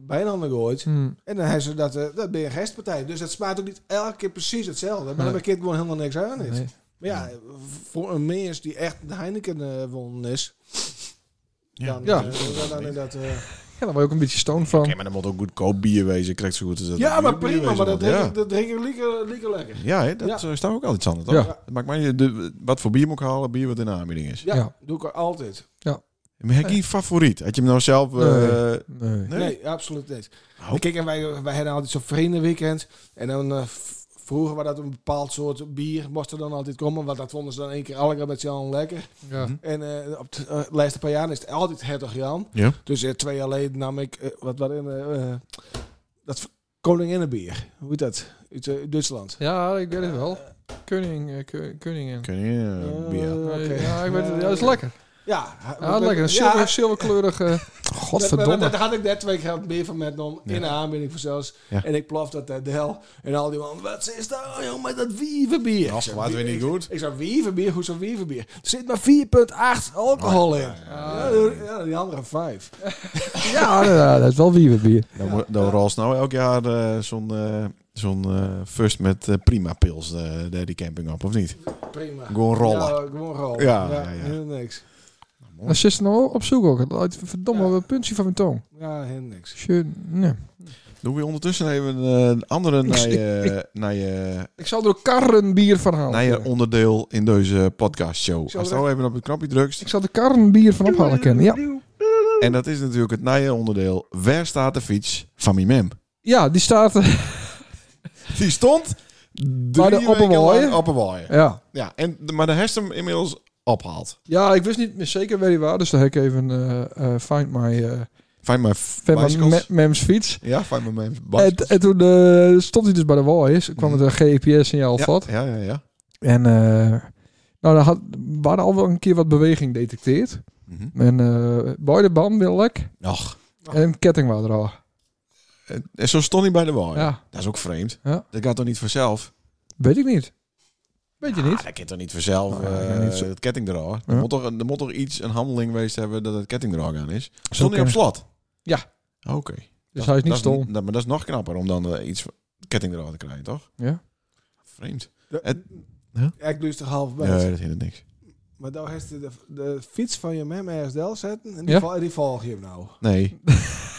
bij een ander gegooid. Hmm. En dan hebben ze dat, eh, dat ben je restpartij. Dus dat smaakt ook niet elke keer precies hetzelfde. Maar Nee. dan keert gewoon helemaal niks aan. is. Nee. Maar ja, voor een mens die echt de Heineken eh won is, dan, Ja. eh, dan, dan inderdaad, eh, Ja, daar word je ook een beetje stone van. Oké, maar dan moet ook goedkoop bier wezen. Krijgt zo goed als dat. ja, een maar duur bier prima. wezen Maar dat moet. drink, ik- dat drink ik lekker, lekker lekker. Ja, ja hè, dat Ja. eh, staat ook altijd anders, toch? Ja. Het maakt mij niet uit de, wat voor bier moet ik halen, bier wat in de aanbieding is. Ja, Ja. doe ik altijd. Maar heb je geen favoriet? Had je hem nou zelf... eh, Nee. Eh. Nee. Nee? Nee, absoluut niet. Oh. Kijk, en wij, wij hadden altijd zo'n vriendenweekend. En dan eh, v- vroegen we dat een bepaald soort bier moest er dan altijd komen. Want dat vonden ze dan één keer alle keer met z'n allen lekker. Hm? Ja. En eh, op de eh, laatste paar jaar is het altijd hertog Jan. Ja. Dus eh, twee jaar geleden nam ik, eh, wat was in, eh eh, dat koninginnenbier. Hoe heet dat? Uit eh, Duitsland. Ja, ik weet het wel. Koning, eh, Ko- Koningen. Kun je eh, bier? Eh, Oké. Ja, ik weet het. Ja, dat is Ja, lekker. Ja, Ja, lekker. Een zilver, zilverkleurig... eh, Daar, daar, godverdomme. daar had ik net twee keer meer van met dan Ja. in de aanbieding voor zelfs. Ja. En ik plof dat uit de hel. En al die man, wat is dat? Oh, joh, met dat wieverbier. Nou, Ik zei, wat wie- weer niet ik- goed. Ik zei, wieverbier? Hoe zo'n wieverbier? Er zit maar 4,8 Ah, alcohol in. Ja, die- ja, die andere 5. Ja, ja, dat is wel wiewerbier. Dan, mo- dan rolt nou elk jaar eh, zo'n eh, zo'n eh, first met eh, prima pils eh, daar die camping op, of niet? Prima. Gewoon rollen. Ja, gewoon rollen. Ja, ja, ja. helemaal niks. Dan zit ze nou op zoek ook. Het lijkt Verdomme, Ja. een puntje van mijn tong. Ja, helemaal niks. Shit, nee. Doen we ondertussen even eh, een andere Ik- naar ik- je, naar je, Ik zal door karrenbier van halen. naar je onderdeel in deze podcast show. zal Als je er- nou even op het knopje drukt. Ik zal de karrenbier van ophalen kennen. Ja. En dat is natuurlijk het naar je onderdeel. Waar staat de fiets van mijn mem? ja, die staat... eh, Die stond Bij drie de weken opperwaaien? lang op een waaien. ja. Ja, en, maar de herst hem inmiddels ophaalt. ja, ik wist niet meer zeker waar die was. Dus daar heb ik even eh, eh, Find My, eh Fijn maar find my bicycles. me- Mems fiets. Ja, fijn maar mijn En, en toen eh, stond hij dus bij de waaiers. Er kwam Mhm. het eh, een GPS-signaal Ja, of wat. ja, ja, ja. En eh nou, daar had, waren al wel een keer wat beweging detecteerd. Mhm. En eh beide band weer lek. Och. En een ketting was er Oh al. En- En zo stond hij bij de waaier. Ja, Dat is ook vreemd. Ja. Dat gaat toch niet vanzelf? weet ik niet. Weet je Ah, niet? dat kan toch niet vanzelf Nou ja, eh, ja, niet zo- het ketting eraan. Ja. Er, moet toch, er moet toch iets, een handeling geweest hebben dat het ketting eraan gaan is. Zo Stond hij op kan- slot? Ja. Oké. Dus hij is niet dat stom. dat- maar dat is nog knapper om dan eh, iets ketting eraan te krijgen, toch? Ja. Vreemd. De- Het- Huh? Ja, ik luister half bij. Nee, dat hindert niks. Maar daar heeft de, de fiets van je mem RSL zetten. En die, Ja. val- die volg je hem nou. Nee.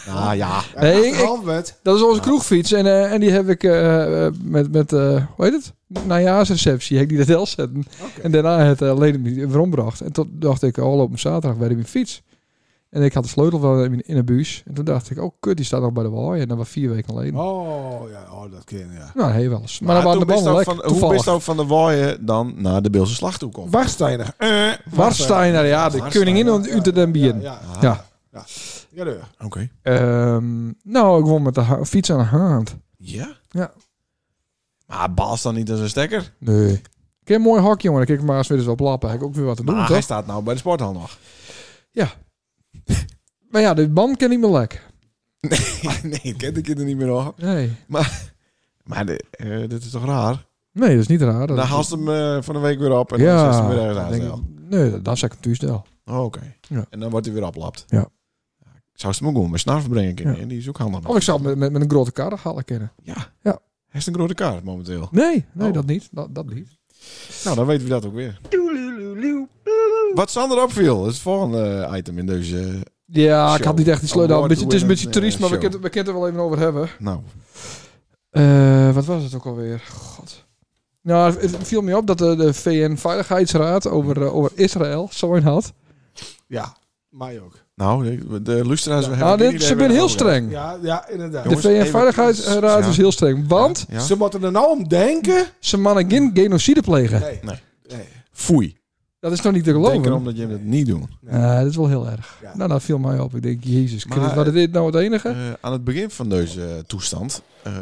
nou ja. Nee, ik- half bed. Dat is onze kroegfiets. En, eh, en die heb ik eh, eh, met, met eh, hoe heet het? Najaarsreceptie. Heb ik die dat wel zetten. Oké. En daarna het eh, alleen niet brombracht. En toen dacht ik, al op een zaterdag werd ik mijn fiets. En ik had de sleutel wel in, in de buis. En toen dacht ik, oh kut, die staat nog bij de waaier. En dat was vier weken geleden. Oh, ja, oh, dat ken je, ja. Nou, heel wel eens. Maar, dan waren de toen bist banden ook lek. van, hoe toevallig. bist ook van de waaien dan naar de Beelse slag toe Eh. komt? Warsteiner. Warsteiner, ja, de Warsteiner, koningin ja, uit de Ja, bieren. ja. Ah, Ja. Ja, deur. Oké. Ehm, nou, ik won met de ha- fiets aan de hand. Ja? Ja. Maar baas dan niet als een stekker? Nee. Ik heb een mooi hok, jongen. Dan kijk ik maar eens weer eens op lappen. Heb ik ook weer wat te doen, Maar hij toch? staat nou bij de sporthal nog. Maar ja, de band ken ik me lek. nee, kent ik je er niet meer op. Nee. Maar de- eh, dit is toch raar? Nee, dat is niet raar. Dan Dat- haalt ze hem eh, van de week weer op en dan ja, zet ze hem weer ergens dan aan. denk zelf. ik- nee, dan- dan zeg ik hem thuis wel. Oh, Oké. Ja. En dan wordt hij weer oplapt. Ja. Ik zou ze hem ook gewoon met snarf brengen kunnen. Ja. hè? Die is ook handig. Of ik zou het met, met, met een grote kar halen kennen. Ja. Ja. Hij is een grote kaart momenteel. Nee, nee Oh. dat niet. Dat, dat niet. Nou, dan weten we dat ook weer. Wat Sander opviel, is het volgende item in deze... eh, Ja, ik Show. had niet echt die sleutel. Een Award beetje, het is een beetje winning, triest, eh, maar we show. kunnen we kunnen het er wel even over hebben. nou, Eh, wat was het ook alweer? God. Nou, het viel me op dat de, de VN-veiligheidsraad over, eh, over Israël zo'n had. Ja, mij ook. nou de, de luisteraars... we hebben Nou, geen dit, idee ze waar het zijn heel over gaat. streng. Ja, ja inderdaad. De Jongens, even- VN-veiligheidsraad Ja. is heel streng. Want Ja? Ze moeten er nou om denken. ze mannen geen genocide plegen. Nee. Nee. nee. Foei. Dat is toch niet te Denk geloven? erom dat je dat niet doet. nee. Eh, dat is wel heel erg. Ja. Nou, dat viel mij op. Ik denk, jezus, Maar, Christus, was dit nou het enige? Eh, aan het begin van deze eh, toestand eh,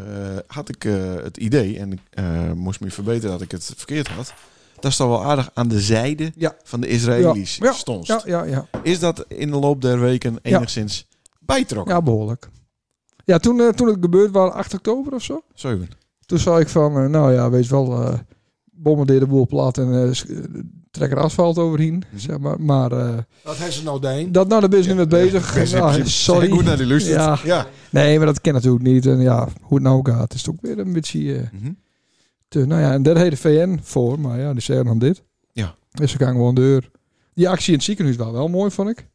had ik eh, het idee, en ik eh, moest me verbeteren dat ik het verkeerd had, dat is dan wel aardig aan de zijde Ja. van de Israëli's Ja, ja, stond. ja, ja, ja. Is dat in de loop der weken enigszins bijtrokken? Ja, behoorlijk. Ja, toen, eh, toen het gebeurd was, 8 oktober of zo. Zeven. Toen zei ik van, eh, nou ja, wees wel, eh bombardeer de boel plat en eh, sch- eh, trek er asfalt overheen. Mhm. Zeg maar maar eh, Wat hebben ze nou denken? dat, nou, daar ben je nu mee bezig. Best in Nou, principe sorry. Goed naar die lust. Ja. ja. Nee, maar dat ken natuurlijk niet. En ja, hoe het nou gaat, is het ook weer een beetje... eh, Mhm. te, nou ja, en daar heet de VN voor, maar ja, die zeggen dan dit. Ja. Dus ze gaan gewoon deur. Die actie in het ziekenhuis was wel mooi, vond ik.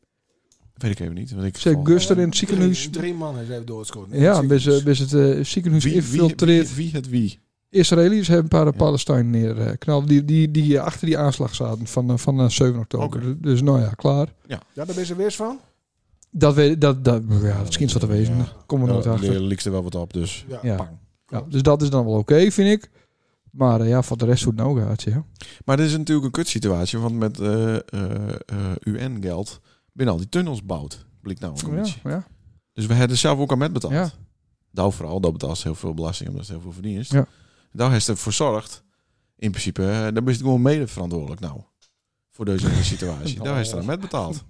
Weet ik even niet. Want ik Ze heeft Guster in het ziekenhuis. Drie, drie mannen zijn doodgeschoten. Ja, bis, eh, bis het eh, ziekenhuis wie, wie, infiltreert. wie, wie het wie? Israëli's hebben een paar Ja. Palestijnen neerknald. Die, die, die eh, achter die aanslag zaten van, eh, van eh, 7 oktober. Oké. Dus- Dus nou ja, klaar. Ja, daar ben je weer van. Dat weet dat, dat, ja, dat is kind wat te wezen. Ja. Daar Komen we nooit Er achter. er wel wat op, dus. Ja. Ja. Pang. Ja, dus dat is dan wel oké, vind ik. Maar eh, ja, voor de rest hoe het nou gaat, ja. Maar dit is natuurlijk een kutsituatie, want met eh, eh, eh, UN-geld binnen al die tunnels bouwt. Blijkt nou ook een Oh Ja, beetje. ja, Dus we hebben zelf ook al met betaald. ja. Daar vooral, dat betaalt ze heel veel belasting omdat ze heel veel verdienen. Ja. Daar heeft ze ervoor gezorgd. In principe, eh, daar ben je gewoon mede verantwoordelijk nou. Voor deze hele situatie. Daar heeft ze dan met betaald.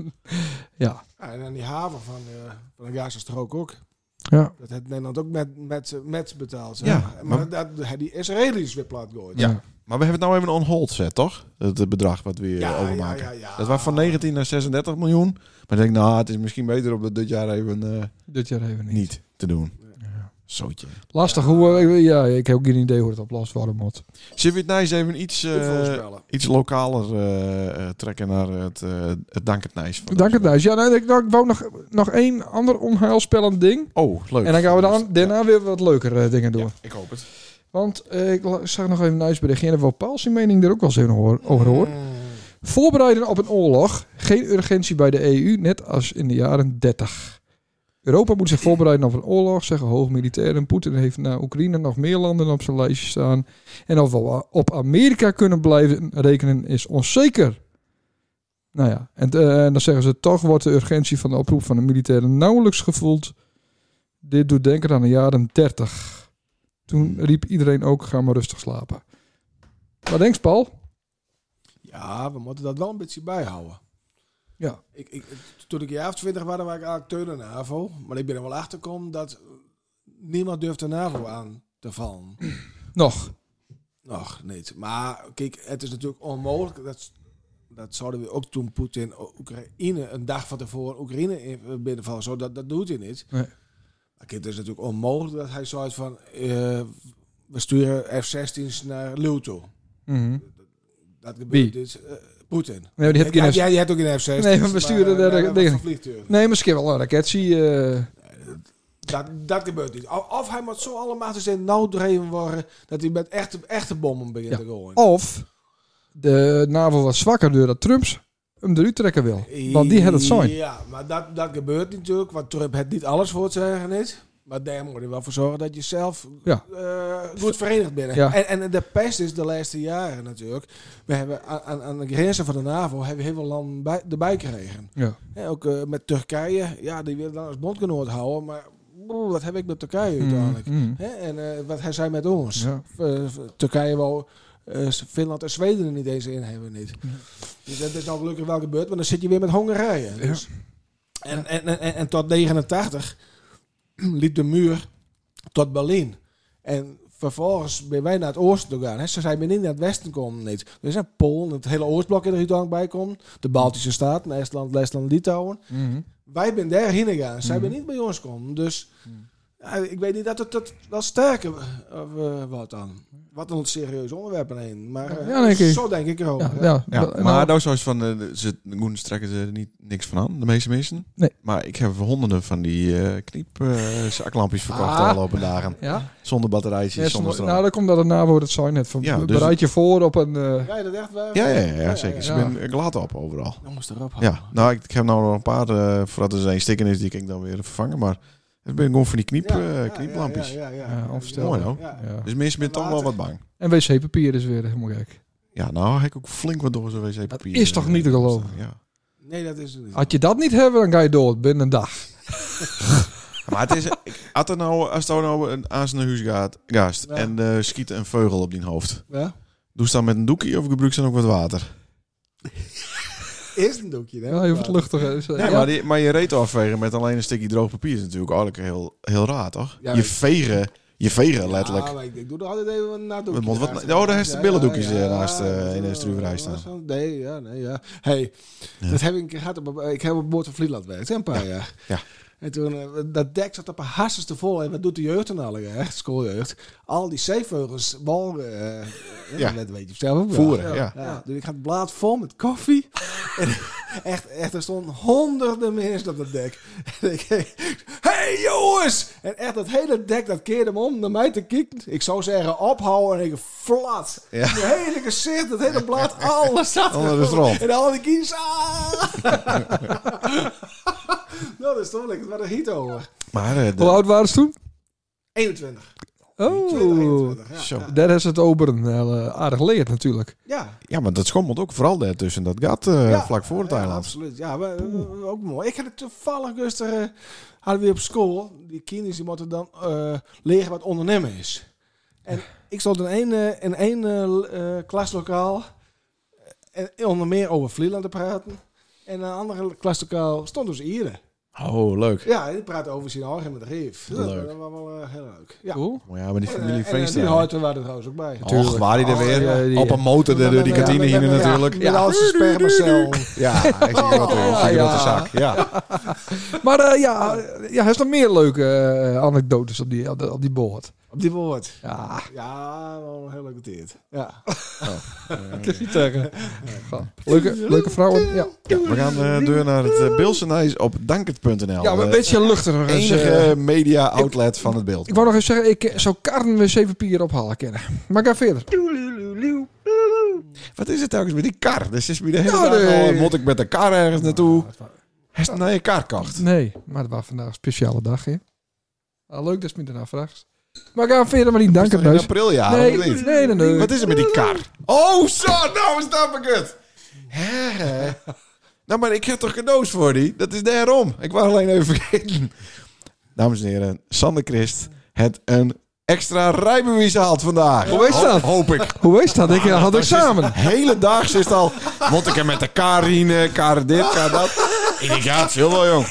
Ja. Ja, en aan die haven van, eh van de Gaza strook ook. Ja. Dat heeft Nederland ook met, met, met betaald. Ja, Ja, maar, maar- dat hebben die Israëli's weer plat gooid. Ja. Maar we hebben het nou even on hold gezet, toch? Het het bedrag wat we hier eh, overmaken. ja. Dat was van 19 naar 36 miljoen. Maar ik denk, nou, het is misschien beter om dat dit jaar even eh, Dit jaar even niet. niet te doen. Ja. Zootje. Lastig hoe... we- Ja, ik heb ook geen idee hoe het oplost worden moet. Zullen we het nou eens even iets, eh, Goed voorspellen. iets lokaler eh, eh, trekken naar het, eh het Dankernijs? van de Dank het Nijs. Ja, nou, ik, nou, ik wou nog, nog één ander onheilspellend ding. Oh, leuk. En dan gaan we dan, daarna weer wat leukere eh, dingen doen. Ja, ik hoop het. Want eh, ik la- zag nog even een nieuwsberichtje en daar wil Paul zijn mening er ook wel eens even hoor- over hoor. Mm. Voorbereiden op een oorlog. Geen urgentie bij de EU, net als in de jaren 30. Europa moet zich voorbereiden op een oorlog, zeggen hoog militairen. Poetin heeft na Oekraïne nog meer landen op zijn lijstje staan. En of we op Amerika kunnen blijven rekenen is onzeker. Nou ja, en eh, en dan zeggen ze toch wordt de urgentie van de oproep van de militairen nauwelijks gevoeld. Dit doet denken aan de jaren 30. Toen riep iedereen ook, ga maar rustig slapen. Wat denkt Paul? Ja, we moeten dat wel een beetje bijhouden. Ja. Ik, ik, toen ik een jaar of twintig was, was ik eigenlijk tegen de NAVO. Maar ik ben er wel achter gekomen dat niemand durft de NAVO aan te vallen. Nog. Nog niet. Maar kijk, het is natuurlijk onmogelijk. Dat, dat zouden we ook toen Poetin Oekraïne een dag van tevoren Oekraïne in- binnenvallen. Zo, dat, dat doet hij niet. Nee. Maar kijk, het is natuurlijk onmogelijk dat hij zoiets van... eh, we sturen F-16's naar Leeuw toe. Mhm. Dat Wie? gebeurt dus. eh, Poetin. Nee, die heb ik Ja, in jij, jij hebt ook een F-16. Nee, maar we eh, sturen nou, de- de- de- vliegtuig. Nee, misschien wel een raketsie. eh. Dat, dat gebeurt niet. Of, of hij moet zo allemaal te zijn nauw dreven worden dat hij met echte, echte bommen begint Ja. te gooien. Of de NAVO was zwakker doordat Trumps hem eruit trekken wil. Want Oh, die had het zijn. Ja, maar dat, dat gebeurt natuurlijk, want Trump heeft niet alles voor het zeggen is. Maar daar moet je wel voor zorgen dat je zelf Ja. eh, goed verenigd bent. Ja. En, en de pest is de laatste jaren natuurlijk. We hebben aan- aan, aan de grenzen van de NAVO hebben we heel veel landen bij, erbij gekregen. Ja. Hè, ook eh, met Turkije. Ja, die willen dan als bondgenoot houden. Maar broer, wat heb ik met Turkije uiteindelijk? Mhm. Hè, en eh, wat hij zei met ons. Ja. Eh, Turkije wou eh, Finland en Zweden er niet eens in hebben. Niet. Ja. Dus dat is nou gelukkig wel gebeurd. Maar dan zit je weer met Hongarije. Dus. En, en, en, en, en tot 89 liep de muur tot Berlijn. En vervolgens ben wij naar het oosten toe gegaan. hè. Ze zijn niet naar het westen komen. Niet. Dus zijn Polen, het hele oostblok in er uiteindelijk bij komt. De Baltische Staten, Estland, Letland, Litouwen. Mhm. Wij zijn daarheen gegaan. Zij Mhm. ben niet bij ons komen. Dus Mhm. ja, ik weet niet dat het dat wel sterker eh, eh, wordt dan. Wat een serieus onderwerp heen. Maar eh, Ja, denk ik. zo denk ik erover. Ja, hè. ja, Ja, dat- nou, maar nou, zoals van, eh, ze goen trekken ze er niet, niks van aan, de meeste mensen. Nee. Maar ik heb honderden van die eh kniep eh, zaklampjes verkocht de Ah. afgelopen dagen. ja. Zonder batterijtjes, Ja, zonder sommige- stroom. nou, dan komt dat het NAVO het zijn net. Van, Ja, dus- bereid je voor op een... eh, Ja, dat echt wel. ja, ja, ja, zeker. Ze ja. ben glad op overal. Jongens, erop houden. Ja, nou, ik, ik heb nou nog een paar, eh, voordat er zijn stikken is, die kan ik dan weer vervangen. Maar het ben gewoon van die kniep, eh, knieplampjes. Ja, ja, ja, Ja, onvoorstelbaar. Mooi, hoor. Ja. ja. Dus mensen zijn toch wel wat bang. En wc-papier is weer helemaal gek. Ja, nou, heb ik ook flink wat door zijn wc-papier. eh, Dat is toch niet te geloven? Ja. Nee, dat is het niet. Had je dat niet hebben, dan ga je dood binnen een dag. Maar het is, ik- had er nou, als er nou een aan zijn huis gaat, gast, Ja. en eh, schiet een vogel op die hoofd. Ja. Doe ze dan met een doekje of gebruik ze dan ook wat water? Eerst een doekje, hè? Ja, je wordt luchtig. hè. Dus, eh, Nee, ja. maar, die, maar je reet afvegen met alleen een stukje droog papier is natuurlijk eigenlijk heel, heel raar, toch? Ja, je ik- vegen, je vegen letterlijk. Ja, maar ik, ik doe er altijd even een nadoekje. Wat moet wat- naast. oh, daar heeft de Ja, billendoekjes, ja, eh, ja, naast, eh, dat, in de eh, struwerij staan. was zo. Nee, ja, nee, ja. hey, Ja. dat heb ik een keer gehad. Op, ik heb op boord van Vlieland gewerkt, hè, een paar jaar. ja. En toen, eh, dat dek zat op een hartstikke te vol. En wat doet de jeugd dan alle, hè, schooljeugd? Al die zeevogels, walren, eh, Ja. dat weet je zelf ook wel. Voeren, ja. Ja, Dus ik had het blaad vol met koffie. en echt, echt, er stonden honderden mensen op dat dek. En ik hey jongens! En echt, dat hele dek, dat keerde me om naar mij te kijken. Ik zou zeggen, ophouden en ik flat. Ja. Het hele gezicht, het hele blad, alles zat Onder de erop. strand. En al die kies, ah! nou, dat is toch lekker, het was er heet over. Maar eh, de- Hoe oud waren ze toen? 21. Oh, 2021, ja, Zo. ja. daar is het Oberen wel eh, aardig geleerd natuurlijk. Ja, Ja, maar dat schommelt ook vooral daar tussen dat gat eh, Ja, vlak voor het ja, eiland. absoluut. Ja, we- we- we- ook mooi. Ik had het toevallig rustig, eh, hadden we op school, die kinderen die moeten dan eh, leren wat ondernemen is. En ik stond in één, eh, in één eh, eh, klaslokaal en onder meer over Vlieland te praten. En in een andere klaslokaal stond dus Ieren. Oh, leuk. Ja, die praten over zijn eigen bedrijf. Dat Leuk. was wel eh, heel leuk. Ja. Cool. Maar ja, maar die En, eh, familie en, eh, feest. die houten waren er trouwens ook bij. Och, waar die er Oh, weer? ja, die- Op een motor door die kantine Ja, hier met- met- ja, natuurlijk. Met Ja, al zijn spermacel. ja, ik zie dat ook. Oh, Ja, Een grote ja. zak. Ja. Maar eh, ja, ja, er is nog meer leuke eh, anekdotes op die, eh, op die boord. Op die woord. Ja, Ja, wel heel leuk geteerd. Ja. Oh. ik kan niet zeggen. Leuke, leuke vrouwen. Ja, Ja, we gaan eh, door naar het eh, Bilsenijs op dankert.nl. ja maar een Eh, De beetje luchtiger. is, Nou, enige eh, media outlet van het beeld. ik wou nog eens zeggen, ik eh, zou Karren weer zeven pier ophalen kennen. Maar ik ga verder. Wat is het telkens met die kar? Dus is me de hele Ja, dag nee. al, eh, moet ik met de kar ergens naartoe? Hij is naar je kar kocht. Nee, maar het was vandaag een speciale dag, hè? Ah, leuk dat je me daarna vraagt. Maar ik ga verder maar niet danken, In neus. april, ja. Nee, of niet? nee, nee, nee. Wat is er met die kar? Oh, zo, nou snap ik het. Hè, hè. nou, maar ik heb toch cadeaus voor die? Dat is daarom. Ik was alleen even vergeten. Dames en heren, Sander Christ het een extra rijbewijs haalt vandaag. Hoe is dat? Ho- hoop ik. Hoe is dat? Ik eh, had examen. Hele dag zit al. Moet ik hem met de kar in, kar dit, kar dat. Ik denk, ja, het is heel wel, jong.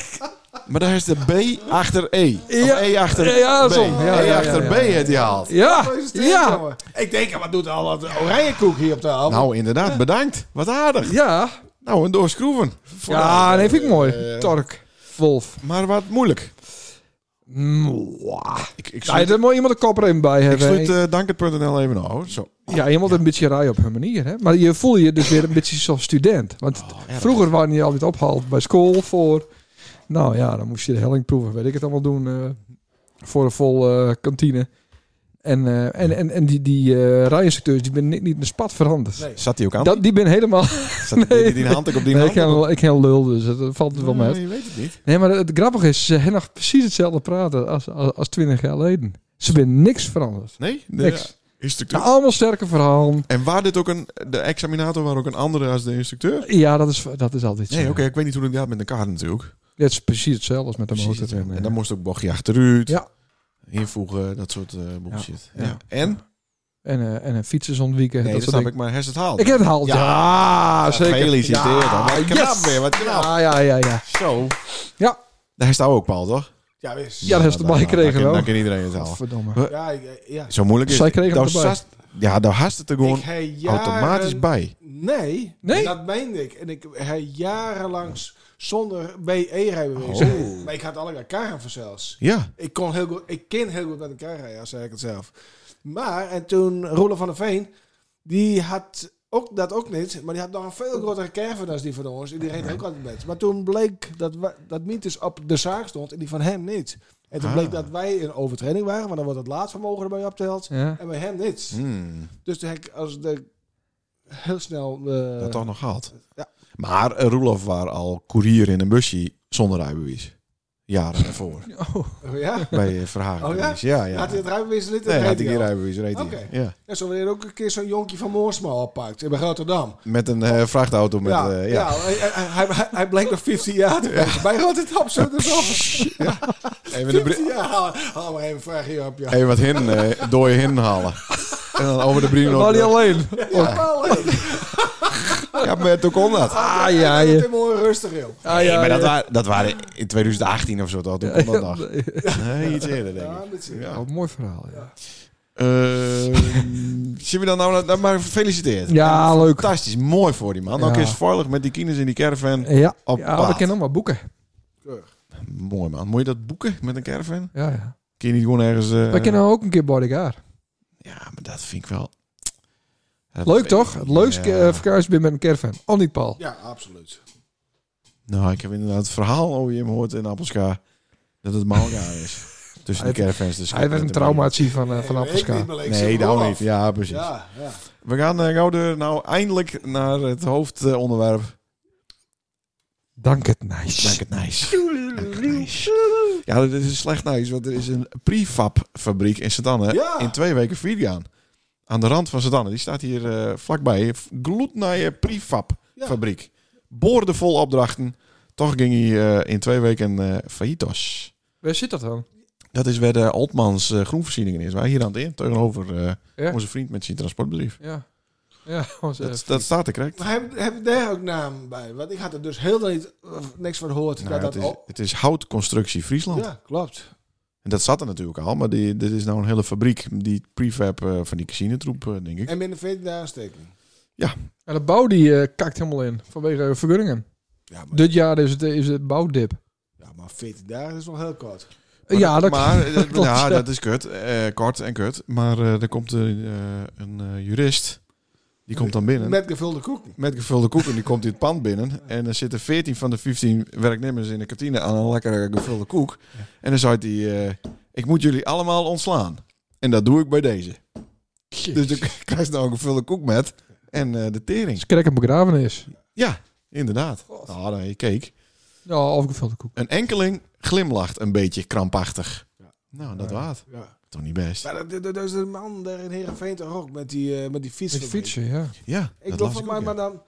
Maar daar is de B achter E. Ja. Of E achter Ja, B. zo. Ja, ja, E ja, achter ja, B het die haalt. Ja, ja, Ja. Ik denk, wat doet al dat oranje koek hier op de hand? Nou, inderdaad, bedankt. Wat aardig. ja. Nou, een doorschroeven. Ja, nee, vind ik mooi. Eh, Tork, Wolf. Maar wat moeilijk. Mwah. Ik, ik Ja, sluit, daar moet iemand een kopper in bij ik eh, hebben. sluit eh, dankert.nl even af. Zo. ja, iemand een beetje rij op hun manier. Hè? Maar je voel je dus weer een beetje zoals student. Want vroeger waren je altijd opgehaald bij school voor... Nou ja, dan moest je de hellingproeven, weet ik het allemaal doen. eh, voor een vol eh, kantine. En, eh, en, en, en die, die eh, rijinstructeurs, die ben niet, niet in de spat veranderd. Nee. Zat hij ook aan? Dat, die ben helemaal... Zat die- die, die hand ook op die Nee, ik hand? ken, ik ken lul, dus dat valt er wel mee. Nee, je weet het niet. Nee, maar het grappige is, ze hebben nog precies hetzelfde praten als, als, als 20 jaar geleden. Ze zijn niks veranderd. Nee? Nou, De, Niks. Instructeur. Allemaal sterke verhalen. En waar dit ook een... De examinator was ook een andere als de instructeur? Ja, dat is, dat is altijd zo. Nee, oké. ik weet niet hoe het gaat met de kaart natuurlijk. Ja, het is precies hetzelfde als met de Precies. motor. En dan moest ook bochtje achteruit. Ja. Invoegen, dat soort eh bullshit. Ja. Ja. Ja. En? en, eh, en een fietsen ontwieken. Nee, dat, soort snap ik, dingen. maar hij is het haalt. Ik heb het haald. Ja, zeker. Gefeliciteerd. Ja, dan. Wat knap yes. weer, wat knap. Ja, ja, ja. ja. Zo. Ja. Daar staat ook Paul, toch? Ja, wist. Ja, daar is het dan- bij dan- gekregen, dan kan- hoor. Dan kan iedereen het halen. Verdomme. Ja, ik- ja. Zo moeilijk is Zij het. kregen hem Nou, erbij. zast- Ja, daar haast het er gewoon Ik heb jaren- automatisch bij. Nee, Nee? dat meende ik. En ik heb jarenlang zonder BE-rijbewijs. Oh. Maar ik had alle karren voor zelfs. Ja. Ik, kon heel goed, ik ken heel goed met een kar rijden, als zeg ik het zelf. Maar, en toen Roelof van der Veen, die had ook, dat ook niet, maar die had nog een veel grotere caravan dan die van ons. En die reed ook altijd met. Maar toen bleek dat, wa- dat Mietus op de zaak stond en die van hem niet. En toen Ah. bleek dat wij in overtreding waren, want dan wordt het laadvermogen erbij opteld. Ja. En bij hem niet. Hmm, Dus toen heb ik als de heel snel... eh, dat toch nog gehad. ja. Maar eh, Roelof was al koerier in een busje zonder rijbewijs. Jaren daarvoor. Oh. Ja? bij eh, Verhagen. Oh ja? geweest. ja? Ja, Had hij het rijbewijs niet? Nee, Dat had weet ik die al. rijbewijs, reed hij. Oké. Ja. En zo weer ook een keer zo'n jonkie van Moorsma oppakt. In Rotterdam. Met een eh, vrachtauto met... ja, eh, ja. ja. hij, hij, hij- hij bleek nog 15 jaar te zijn. Bij Rotterdam zo dat is Even, de 15 bri- jaar. Haal, haal maar even een vraagje op, ja. even wat hin, eh, dode hin halen. En dan over de brien Waar die nog. alleen. Oh, Ja, maar toen kon dat. Ah, ja, Het ja. is mooi rustig, joh. Ah, ja, maar dat, ja. waren, dat waren in 2018 of zo, toch? Toen kon dat nog. Nee, iets eerder, denk ik. Ja, dat zie je. Ja. Oh, mooi verhaal, ja. zien we dan nou... nou, Maar gefeliciteerd. Ja, leuk. Fantastisch, mooi voor die man. Ja. Ook is veilig met die kinderen in die caravan. Ja, Op ja paard. we kennen maar boeken. Mooi man. Moet je dat boeken met een caravan? Ja, ja. Kun je niet gewoon ergens... eh, Wij kennen ook een keer bodyguard. Ja, maar dat vind ik wel... Dat Leuk weet toch? ik Het niet. leukste eh, Ja. ja. verkaarsbin met een caravan. Al niet, Paul. Ja, absoluut. Nou, ik heb inderdaad het verhaal over je hem hoort in Appelska. Dat het Malga is. Tussen de Hij- caravans. Dus Hij werd een traumatie van, eh, van Nee, ik Appelska. niet, maar ik zie Nee, hem daarom wel niet. af. Ja, precies. Ja, ja. We gaan eh, gauw door nou eindelijk naar het hoofdonderwerp. Dank het, nice. Dank het nice. Dank het nice. Ja, dit is slecht nice, want er is een prefab fabriek in Sedanne Ja. in twee weken Vidiaan. Aan de rand van Sedanne. Die staat hier eh, vlakbij. Gloednaaie prefab Ja. fabriek. Boordevol opdrachten. Toch ging hij eh, in twee weken eh faillitos. Waar zit dat dan? Dat is waar de Altmans eh, groenvoorzieningen is. Waar hier aan het in, tegenover eh, Ja. onze vriend met zijn transportbedrijf. Ja. Ja, was eh, Dat, even. dat staat er correct. Maar hebben hebben daar ook namen bij? Want ik had er dus helemaal niet, niks van gehoord. Nou, dat dat het, is, al- het is houtconstructie Friesland. ja, klopt. En dat zat er natuurlijk al, maar die, dit is nou een hele fabriek. Die prefab eh, van die casinetroep, eh, denk ik. En binnen 14 dagen aansteking. Ja, de bouw die eh, kakt helemaal in vanwege eh, vergunningen. Ja Dus- maar, Dit jaar is het, is het bouwdip. ja, maar 14 dagen is nog heel kort. Maar ja, dat maar, eh, klopt, ja, ja. dat is kut. Eh, kort en kut. Maar eh er komt een, eh, een eh, jurist. Die komt dan binnen. Met, Met gevulde koeken. gevulde koeken. Die komt in het pand binnen. En er zitten 14 van de 15 werknemers in de kantine aan een lekkere gevulde koek. En dan zei hij... eh, ik moet jullie allemaal ontslaan. En dat doe ik bij deze. Dus dan krijg je nou een gevulde koek met. En eh, de tering. is krek en begrafenis. Ja, inderdaad. Nou, dan je keek. Ja, of gevulde koek. Een enkeling glimlacht een beetje krampachtig. Ja. Nou, dat waard. Ja. Toch niet best. Maar dat, dat, dat is een man daar in Heerenveen toch ook met die, eh, met die fiets. Met fietsen, ja. Ja, Ik dat bedoel, las van ik mij, ook, ja. maar dan...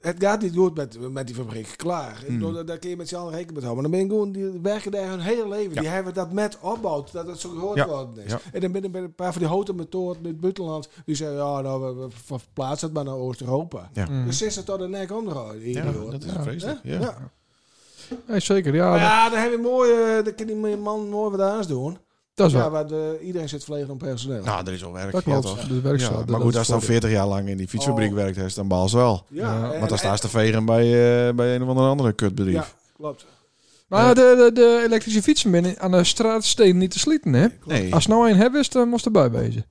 Het gaat niet goed met, met die fabriek, klaar. Hmm. Ik bedoel, daar kun je met z'n allen rekening mee houden. Maar dan ben je gewoon, die werken daar hun hele leven. Ja. Die hebben dat met opbouwd, dat het zo gehoord Ja. worden is. Ja. En dan ben je bij een paar van die houten metoren in het buitenland. Die zeggen, ja, nou, we, we verplaatsen het maar naar Oost-Europa. Ja. Hmm. Mm. Dus is het tot de nek onderhouden. hier, Ja, hoor. dat is Ja. vreselijk. Hè? Ja. Ja. Nee, zeker, ja. Maar dat- ja, dan heb je mooi, eh, dan kan die man mooi wat aan doen. Dat is Ja, wel. want eh, iedereen zit verlegen op personeel. Nou, er is al werk. Dat ja, klopt. toch? De Ja, werkzaam. dat- maar dat goed, is als je dan voordeel. 40 jaar lang in die fietsfabriek Oh. Eh, werkt, heeft, dan baal ze wel. ja, Ja, en- Want dan en- staan ze te vegen bij, eh, bij een of andere Ja, kutbedrijf. klopt. Maar de, de, de elektrische fietsen binnen aan de straatsteen niet te slieten, hè? Nee, Als nou een hebben is, dan moest erbij wezen.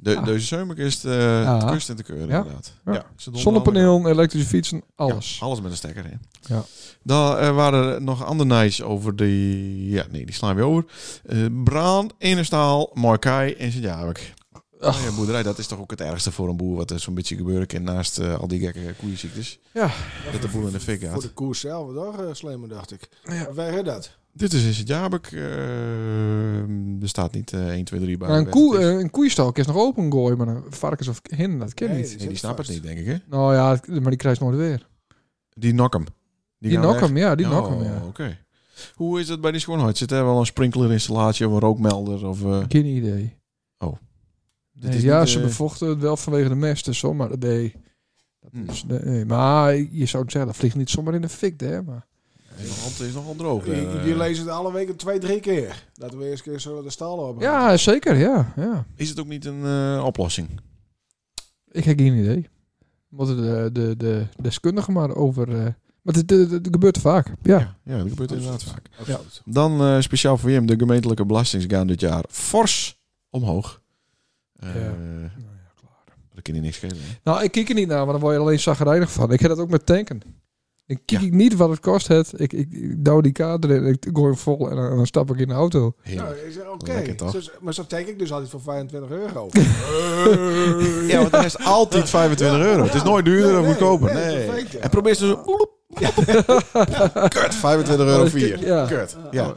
de, Ja. deze zomer is het, eh Ja. het kust in te keuren, Ja. inderdaad. Ja. Ja, ik zit onder andere- Zonnepaneel, elektrische fietsen, alles. Ja, alles met een stekker in. Ja. Dan eh, waren er nog andere nice over die... Ja, nee, die slaan we over. Eh Braan, Innestaal, Markai en Sint-Jabek. Ach. Oh ja, boerderij, dat is toch ook het ergste voor een boer... wat er zo'n beetje gebeuren kan naast eh, al die gekke koeienziektes. Ja. Dat de boel in de fik Voor gaat. de koers zelf, toch? eh, Slimmer, dacht ik. Ja. Waar is dat? Dit is in Sint-Jabek. eh, er staat niet eh 1, 2, 3 bij. Maar een, weet het koe, is. eh, een koeistalk is nog open gooien, maar een varkens of hin, dat kan Nee, niet. die Nee, die zit snappen het vast. niet, denk ik, hè? Nou ja, het- maar die krijgt nooit weer. Die nok hem. Die, gaan nok weg. hem, ja, die Oh, nok hem, ja. oké. Hoe is dat bij die schoonheid? Zit er wel een sprinklerinstallatie of een rookmelder? Of, eh, Geen idee. Oh. Dit Nee, is ja, niet, ze eh, bevochten het wel vanwege de mest en zo, maar nee. Dat Hmm. is, nee, nee. Maar je zou het zeggen, dat vliegt niet zomaar in de fik, hè? Maar De hand is nogal droog. Je, eh. je leest het alle weken twee, drie keer. Dat we eerst keer zo de stal op. Ja, zeker, ja. ja. Is het ook niet een eh, oplossing? Ik heb geen idee. Wat de, de, de deskundigen maar over... eh, maar het, het- het gebeurt vaak, ja. ja dat gebeurt inderdaad vaak. Absoluut. Dan eh, speciaal voor Jim, de gemeentelijke belastingen gaan dit jaar fors omhoog. Eh Nou Ja. Dat kan je niks schelen. hè? Nou, ik kijk er niet naar, maar dan word je alleen zagrijnig van. Ik heb dat ook met tanken. Ik kijk niet wat het kost. Het. Ik, ik, ik douw die kaart erin, ik gooi hem vol en dan, dan stap ik in de auto. Nou, Heerlijk. ik zeg, oké. Lekker, toch? Dus- maar zo denk ik dus altijd voor 25 euro. Ja, want er is altijd 25 euro. Het is nooit duurder of Nee, nee, goedkoper. nee, eh. Nee. perfect, ja. En probeer ze zo... Kut, 25 euro Ja. 4. Ja. Kut. Ja.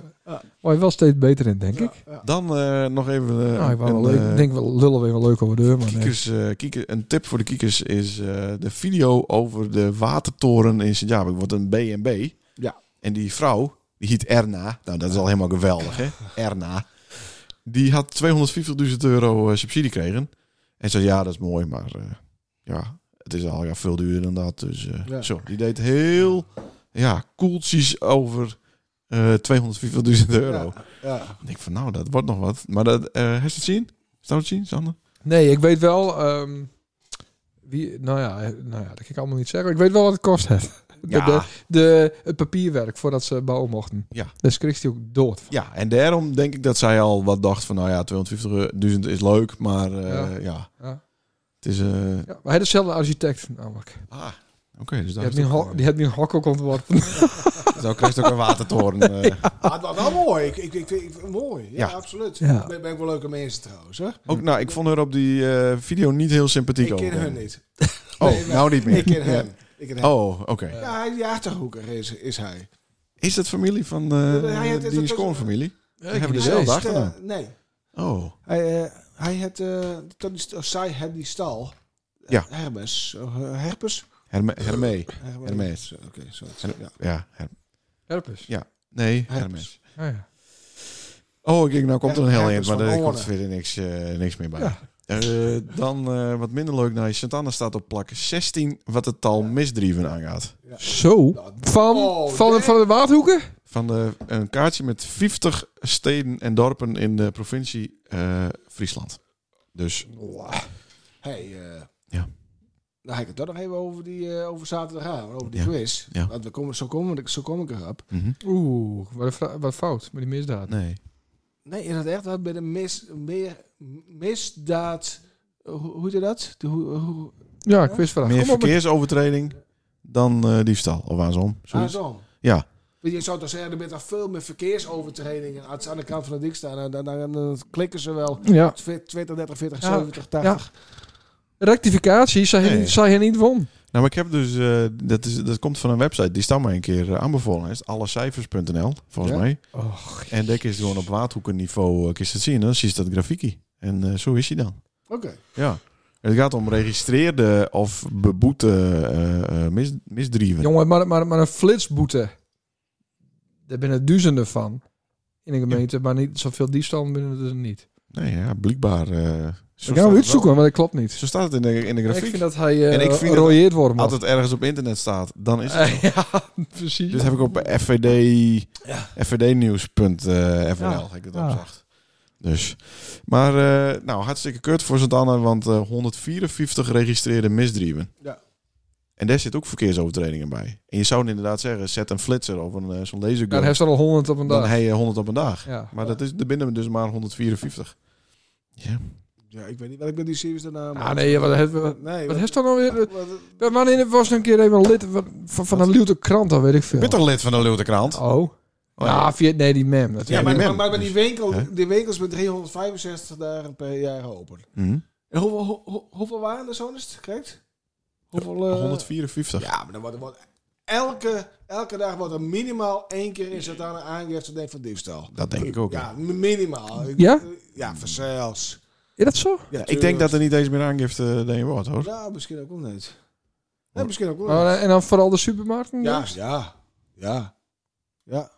Waar je wel steeds beter in, denk ik. Dan eh, nog even eh, nou, ik, wou wel een, leuk, eh, ik denk wel lullen weer wel leuk over de deur, maar nee. kiekers, eh, kieken- een tip voor de kiekers is eh, de video over de watertoren in Sint-Jabek. Wordt een B&B. Ja. En die vrouw, die heet Erna. Nou, dat is al helemaal geweldig, hè? Erna. Die had 250.000 euro eh, subsidie gekregen. En zei, ja, dat is mooi, maar eh, ja, het is al ja, veel duurder dan dat. Dus eh, Ja. zo, die deed heel ja, koeltjes over eh 250.000 euro. Ja. Ja. Ik denk van, nou, dat wordt nog wat. Maar dat, eh heb je het zien? Zou het zien, Sander? Nee, ik weet wel... ehm, wie, nou, ja, eh, nou ja, dat kan ik allemaal niet zeggen. Ik weet wel wat het kost, het. De, de, de- het papierwerk voordat ze bouwen mochten. Ja. Daar schrikt hij ook dood van. Ja, en daarom denk ik dat zij al wat dacht van, nou ja, 250.000 is leuk, maar eh, Ja. ja. Ja. het is... eh, Ja, maar hij is dezelfde architect namelijk. ah, oké, dus Die dat had is nu een toch- hok- die had nu een hok ook ontworpen. Zo krijg je ook een watertoren. eh. Maar het was wel mooi. Ik, ik, ik, vind- ik- mooi. Ja, Ja. absoluut. Ja. Ben, ben ik wel leuke mensen trouwens. Hè? Ook, nou, ik vond haar op die eh, video niet heel sympathiek Ik ken over. hun niet. Oh, Nee, maar- nou niet meer. Ik ken Ja. hem. Ik en hij. Oh, oké. Ja, hij, die achterhoeker is, is hij. Is dat familie van eh Ja, hij heeft- die dat- Scorn-familie? Ja, Hebben die die zelf race. dag gedaan? eh, nee. Oh, Hij, eh hij had, eh Tony St- of zij had die stal. Ja. Hermes. Of, eh, Herpes? Herme, Hermé. Hermes. Hermes. Oké, zo. Her- ja. ja, Her- Herpes. nee, Herpes. Hermes. Ah, ja. Oh, ik denk, nou komt er een heel Herpes eind, maar van daar Hoorn. komt verder niks, eh, niks meer bij. Ja. Eh, dan eh, wat minder leuk naar je Santana staat op plak 16, wat het tal misdrieven aangaat. Zo. Nou, Van, Oh, van, nee. van de waardhoeken? Van de, een kaartje met 50 steden en dorpen in de provincie eh, Friesland. Dus Hey, eh, Ja. Dan ga ik het toch nog even over, die, eh, over zaterdagavond, over die Ja. quiz. Ja. Want we komen, zo, kom, ik- zo kom ik erop. mhm. Oeh, wat, een fra- wat fout met die misdaad. nee. Nee, is dat echt wat bij de mis, meer, misdaad... eh, Hoe, hoe heet dat? De, hoe, hoe, Ja, quizvraag. Meer Nou, Kom op met- verkeersovertreding dan eh, diefstal, of andersom. Zoiets. andersom. Ja, Want Ah, Je zou toch zeggen, er bent al veel meer verkeersovertredingen als ze aan de kant van de dik staan. Dan, dan, dan, dan klikken ze wel Ja. 20, 30, 40, Ja, 70, 80. Rectificatie, zij, Nee. zij hij niet won. nou, maar ik heb dus, eh, dat, is, dat komt van een website, die staat mij een keer eh, aanbevolen. is allecijfers.nl, volgens Ja. mij. Och, En daar kun je gewoon op waardhoekenniveau eh, kun je dat zien. Dan zie je dat grafiekje. En eh, zo is hij dan. Oké. Ja. Het gaat om registreerde of beboete eh, eh, mis, misdrieven. jongen, maar, maar, maar een flitsboete. Daar ben er duizenden van. In een gemeente, maar niet zoveel diefstal binnen er niet. Nee, ja, blijkbaar. eh, zo We gaan staat hem het uitzoeken, want dat klopt wel. niet. Zo staat het in de, in de Ik grafiek. vind dat hij En eh ik vind dat- gerooieerd wordt. man. Als het ergens op internet staat, dan is het. zo. ja, precies. Dit heb ik op FVD, fvdnieuws.nl Ja. heb ik het Ja. opgezocht. Dus, maar eh, nou, hartstikke kut voor Santana, want eh 154 registreerde misdrijven. Ja. En daar zit ook verkeersovertredingen bij. En je zou inderdaad zeggen, zet een flitser of een, eh, zo'n laser Dan heeft er al 100 op een dan dag. heb je 100 op een dag. Ja. Maar dat is, er binnen we dus maar 154. Ja. Ja, ik weet niet wat ik met die series daarna... Ah, nee, wat heeft, wat, nee, wat heeft dat nou weer? wat- wat- Eh, Wanneer was er een keer even lid van, van, van een Luwte krant, dat weet ik Ik veel. ben toch lid van de Leeuwde Krant? Oh. Oh, ja. ja, via, nee, die mem. Ja, Ja, natuurlijk. maar, die maar, mem. maar die, winkel, Hè? die winkels met 365 dagen per jaar open. Mhm. En hoeveel, ho- ho- hoeveel waren er zo'n correct? Hoeveel, eh, 154. Ja, maar dan wordt, wordt elke, elke dag wordt er minimaal één keer in Santana aangifte denk van diefstal. Dat denk ik ook. ja. Ja, mi- minimaal. Ik- Ja? Ja, voor sales. Is dat zo? Ja, ik denk dat er niet eens meer aangifte eh, dan je wordt, hoor. Nou, misschien ook wel niet. Nee, misschien ook wel niet. Maar, eh, en dan vooral de supermarkten? Ja, dus? ja, ja. Ja,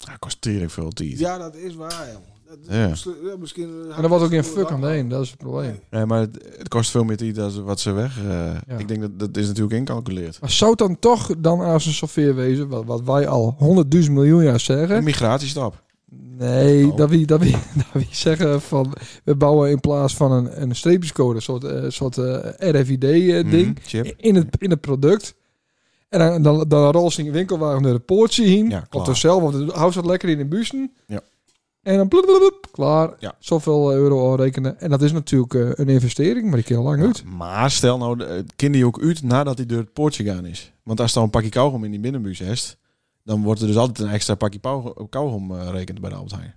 Ja, kost tering veel tijd. ja dat is waar, jongen. Dat, Ja. misschien- ja, misschien, Maar er wordt ook geen fuck aan de een, dat is het probleem. Nee. Nee, maar het, het kost veel meer tijd dan wat ze weg. eh, Ja. Ik denk dat dat is natuurlijk incalculeerd. Maar zou het dan toch dan als een chauffeur wezen, wat, wat wij al 100.000 miljoen jaar Een zeggen? migratiestap. Nee, Oh. dat wie dat wie dat wie zeggen van we bouwen in plaats van een, een streepjescode, een soort, eh, soort Mhm, RFID-ding, Chip. eh, in, het, in het product. En dan, dan, dan rolt ze in de winkelwagen naar de poortje heen. Ja, of klaar. zelf, of houdt ze het lekker in de bussen. Ja. En dan blub, blub, blub, klaar. Ja. Zoveel eh, euro rekenen. En dat is natuurlijk eh, een investering, maar die keer lang uit. Ja, maar stel nou, de- het kind die ook uit nadat hij door het poortje gaan is. Want als dan een pakje kauwgom in die binnenbuus heeft, dan wordt er dus altijd een extra pakje pauw- kauwgom eh rekend bij de Albert Heijn.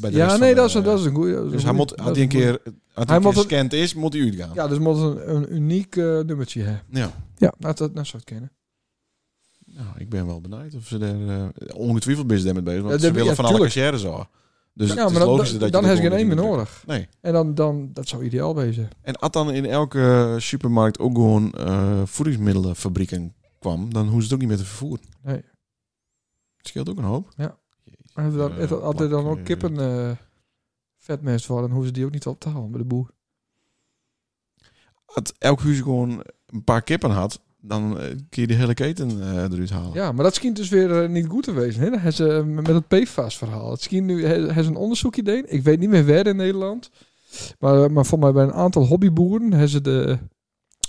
Bij de rest Ja, van nee, de- dat is, dat is een goede. Dus hij moet, had hij een keer, had Hij hij een keer moet het- gescand is, moet hij uitgaan. Ja, dus moet een, een uniek eh, nummertje hebben. Ja. Ja, nou, dat, dat zou het kennen. Nou, ik ben wel benieuwd of ze daar eh, ongetwijfeld bezig zijn met bezig, want Ja, ze dat- willen ja, van alle tuurlijk. cashiers zo. Dus ja, het is maar dan, logisch dan, dat je dan dit heeft gewoon geen één meer natuurlijk- nodig. Nee. En dan, dan, dat zou ideaal wezen. En als dan in elke supermarkt ook gewoon eh, voedingsmiddelenfabrieken kwam, dan hoeven ze het ook niet meer te vervoeren. Nee. Het scheelt ook een hoop. Ja. Maar als we dan, Eh, als er plak, dan ook eh, kippen eh vetmest worden, dan hoeven ze die ook niet op te halen bij de boer. Als elk huis gewoon een paar kippen had, dan eh, kun je de hele keten eh, eruit halen. Ja, maar dat schijnt dus weer eh, niet goed te wezen. Hè? Dan hebben ze, eh, met het PFAS-verhaal. Het schijnt nu, he- hebben ze een onderzoekje deed. Ik weet niet meer waar in Nederland. Maar, eh, maar volgens mij bij een aantal hobbyboeren hebben ze de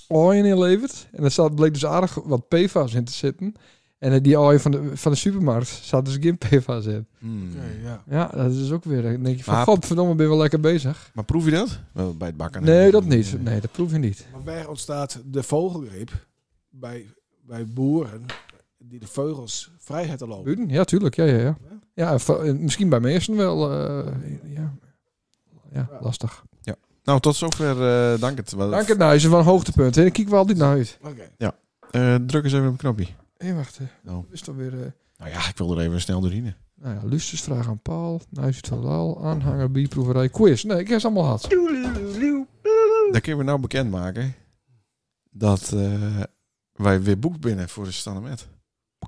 ooien inleverd. En er zat, bleek dus aardig wat PFAS in te zitten. En eh, die ooien van de, van de supermarkt zat dus geen PFAS in. Hmm. Oké, ja. Ja, dat is ook weer. eh, Dan denk je van, Maar- godverdomme, ben je wel lekker bezig. Maar proef je dat? Wel, Bij het bakken. Nee, dat niet. Nee, dat proef je niet. Maar waar ontstaat de vogelgriep bij, bij boeren die de vogels vrij hebben lopen? Buiten? Ja, tuurlijk. Ja, ja, Oh. ja. ja en va- en misschien bij meesten wel. eh, ja. ja, lastig. Nou, tot zover. eh dank het. Wel- Dank het nou, is wel een hoogtepunt. hè. Daar kijken we altijd naar uit. Oké. Eh, druk eens even op een knopje. Hé, wacht. hè. Oh. Dat is toch weer... eh, Nou ja, ik wil er even snel doorheen. hè. nou ja, lustersvraag aan Paul. Nuis het verhaal. Aanhanger, bierproeverij, quiz. Nee, ik heb ze allemaal gehad. Dan kunnen we nou bekendmaken dat eh, wij weer boek binnen voor de Stanemet.